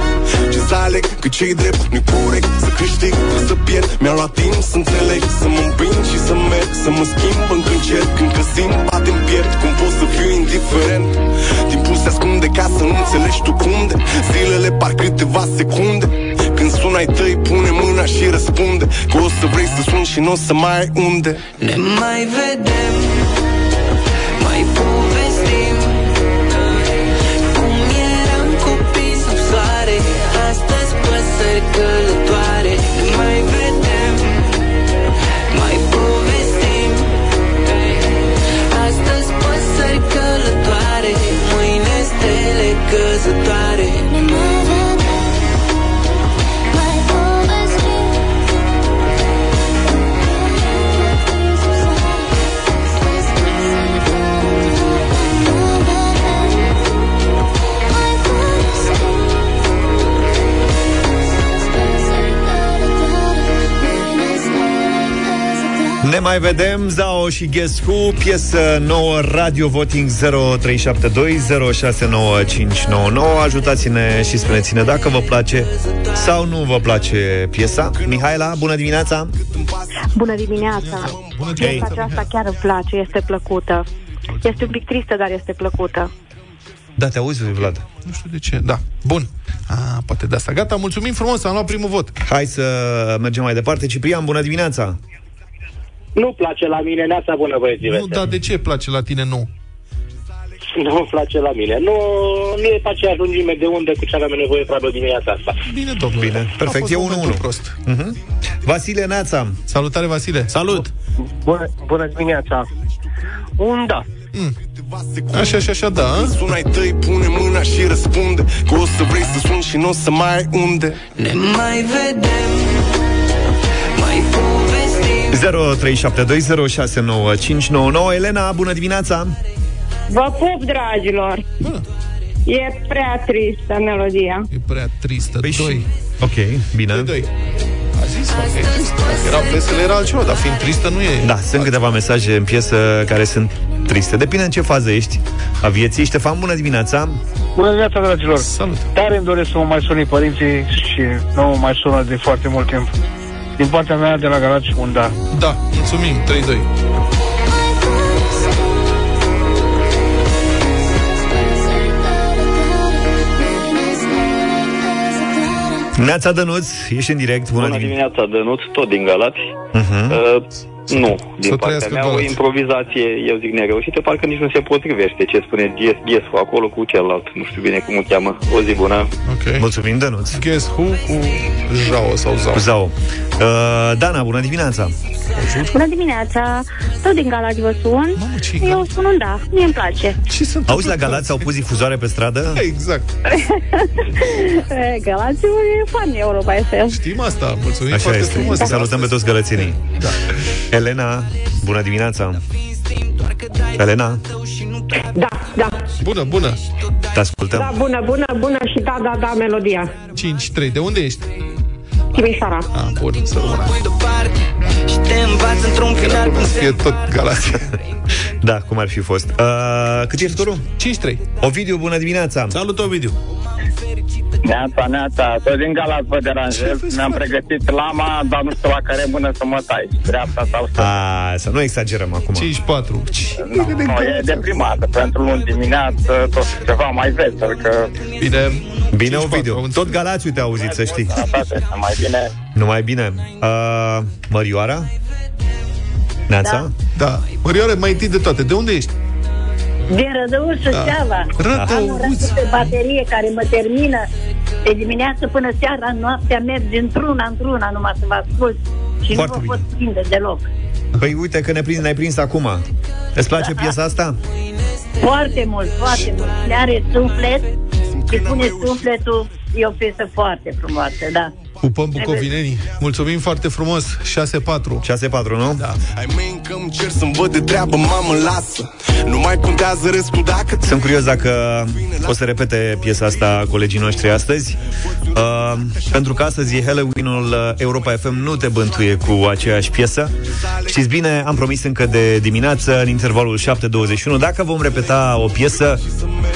S5: Ce să aleg, că ce-i drept, nu-i corect Să câștig, trebuie să pierd Mi-a luat timp să înțeleg, să mă împing și să merg Să mă schimb în când încerc, încă simt, bate în piept Cum pot să fiu indiferent Timpul se ascunde ca să nu înțelegi tu cum de Zilele par câteva secunde Când sunai ai tăi, pune mâna și răspunde Că o să vrei să suni și nu o să mai ai unde
S12: Ne mai vedem Mai povestim Cum eram copii sub soare Astăzi păsări călătoare Ne mai vedem Mai povestim Astăzi păsări călătoare Mâine stele căzătoare Ne mai vedem Mai povestim
S1: Ne mai vedem, Zao și Ghescu, piesă nouă, Radio Voting 0372 069599. Ajutați-ne și spuneți-ne dacă vă place sau nu vă place piesa. Mihaela, bună dimineața!
S7: Bună dimineața!
S1: Bună
S7: Piesa
S1: dimineața.
S7: aceasta chiar îmi place, este plăcută. Este un pic tristă, dar este plăcută.
S1: Da, te auzi, Vlad.
S2: Nu știu de ce, da. Bun. A, poate de asta. Gata, mulțumim frumos, am luat primul vot.
S1: Hai să mergem mai departe. Ciprian, bună dimineața!
S16: Nu place la mine, neața bună băieții
S2: Nu,
S16: veseli.
S2: dar de ce place la tine nu?
S16: Nu îmi place la mine. Nu, nu e pe aceeași lungime de unde cu ce aveam nevoie probabil dimineața asta.
S2: Bine, domnule. Bine,
S1: perfect, e 1-1.
S2: Prost.
S1: Vasile Neața.
S2: Salutare, Vasile. Salut.
S16: Bună, bună dimineața. Un da.
S2: Așa, așa, așa, da.
S5: Sunai tăi, pune mâna și răspunde Că o să vrei să suni și nu o să mai ai unde
S12: Ne mai vedem Mai povestim
S1: 0372069599. Elena, bună dimineața!
S17: Vă pup, dragilor!
S1: Ah.
S17: E prea tristă melodia.
S2: E prea tristă. Păi doi.
S1: Ok, bine.
S2: De doi. A zis, ok, e tristă. Dacă Era vesel, era altceva, dar fiind tristă nu e.
S1: Da, sunt câteva mesaje în piesă care sunt triste. Depinde în ce fază ești a vieții. Ștefan, bună dimineața!
S18: Bună dimineața, dragilor! Salut! Tare îmi doresc să mă mai suni părinții și nu mă mai sună de foarte mult timp. Din partea mea, de la garaj, un da.
S2: Da, mulțumim, 3-2.
S1: Neața Dănuț, ești în direct. Bună,
S11: Bună dimineața, Dănuț, tot din Galați.
S1: Mhm.
S11: Uh, nu, din partea
S1: trăiască
S11: mea, o
S1: Galați.
S11: improvizație, eu zic nereușită, parcă nici nu se potrivește ce spune Ghes- Ghescu acolo cu celălalt, nu știu bine cum îl cheamă. O zi bună!
S2: Okay.
S1: Mulțumim, Dănuț.
S2: Guess who cu Jao sau Zao.
S1: Cu Zao. Uh, Dana, bună dimineața!
S7: Bună dimineața, tot din Galați vă sun. Eu spun un da, mie îmi place.
S2: Ce sunt?
S1: Auzi, la Galați au pus difuzoare pe stradă?
S2: Exact.
S7: Galați e fan Europa FM.
S2: Știm asta, mulțumim
S1: Așa
S2: foarte
S1: este.
S2: frumos. da.
S1: Să salutăm pe toți gălățenii. Da. Elena, bună dimineața. Elena,
S17: Da, da.
S2: Bună, bună.
S1: te ascultăm.
S17: Da, bună, bună, bună și da, da, da, melodia.
S2: 5-3. De unde ești?
S17: Timișoara.
S2: Ah, bun, să rămână.
S19: Și te învață într-un final cum se
S2: E tot Galați.
S1: Da, cum ar fi fost. Uh, cât e scorul? 5-3. Ovidiu, bună dimineața. Salut, Ovidiu.
S8: Neața, neața, tot din Galați vă deranjez. Mi-am pregătit lama, dar nu știu la care mână să mă tai. Dreapta sau
S1: A, să nu exagerăm acum.
S2: 5-4.
S8: Nu, Da, nu, e deprimată. Pentru luni dimineață, tot ceva mai vesel, că...
S2: Bine.
S1: Bine, Ovidiu. Tot Galațiu te-a auzit, să știi.
S8: Mai bine.
S1: Numai bine. Uh, Mărioara? Neața?
S2: Da. Mărioare, mai întâi de toate, de unde ești?
S20: Din Rădăuț, Suceava.
S2: Rădăuț.
S20: Am un
S7: Da.
S20: răspuns de baterie care mă termină de dimineață până seara, noaptea merg dintr-una într-una numai să vă ascult și
S1: Foarte
S20: nu vă pot prinde deloc.
S1: Păi uite că ne prins, ne-ai prins acum. Îți place piesa asta?
S20: Foarte mult, foarte mult. Le are suflet și pune sufletul, e o piesă foarte frumoasă, da.
S2: Pupăm bucovinenii. Mulțumim foarte frumos. 6-4.
S1: 6-4, nu?
S2: Da.
S5: Ai mei încă îmi cer să-mi văd de treabă, mamă, lasă Nu mai contează răspund dacă
S1: Sunt curios dacă o să repete piesa asta colegii noștri astăzi. Uh, pentru că astăzi e Halloween-ul uh, Europa FM, nu te bântuie cu aceeași piesă. Știți bine, am promis încă de dimineață, în intervalul 7-21, dacă vom repeta o piesă,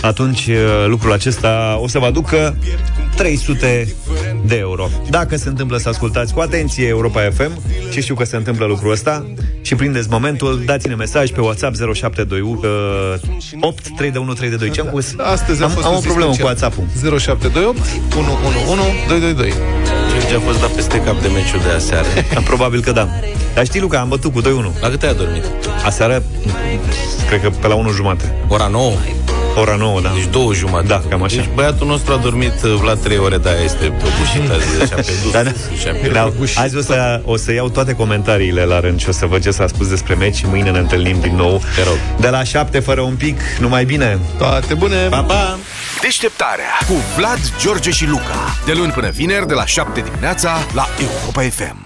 S1: atunci uh, lucrul acesta o să vă aducă 300 de euro. Dacă se întâmplă să ascultați cu atenție Europa FM, și știu că se întâmplă lucrul ăsta, și prindeți momentul, dați-ne mesaj pe WhatsApp 0728 uh, 83132. Ce am pus?
S2: Astăzi a
S1: am,
S2: fost
S1: am
S2: un
S1: o
S2: zi
S1: problemă cu
S2: special.
S1: WhatsApp-ul.
S2: 0728 111 222.
S3: George a fost dat peste cap de meciul de aseară.
S1: Probabil că da. Dar știi, Luca, am bătut cu 2-1.
S3: La cât ai adormit?
S1: Aseară, cred că pe la 1 jumate.
S3: Ora 9?
S1: Ora 9, da.
S3: Deci două jumate.
S1: Da, cam așa.
S3: Deci băiatul nostru a dormit uh, la 3 ore, da, este obușit azi, așa pe dus.
S1: Da, da. Da, azi o să, o să iau toate comentariile la rând și o să văd ce s-a spus despre meci și mâine ne întâlnim din nou. Te rog. De la 7 fără un pic, numai bine.
S2: Toate bune.
S1: Pa, pa.
S21: Deșteptarea cu Vlad, George și Luca. De luni până vineri, de la 7 dimineața, la Europa FM.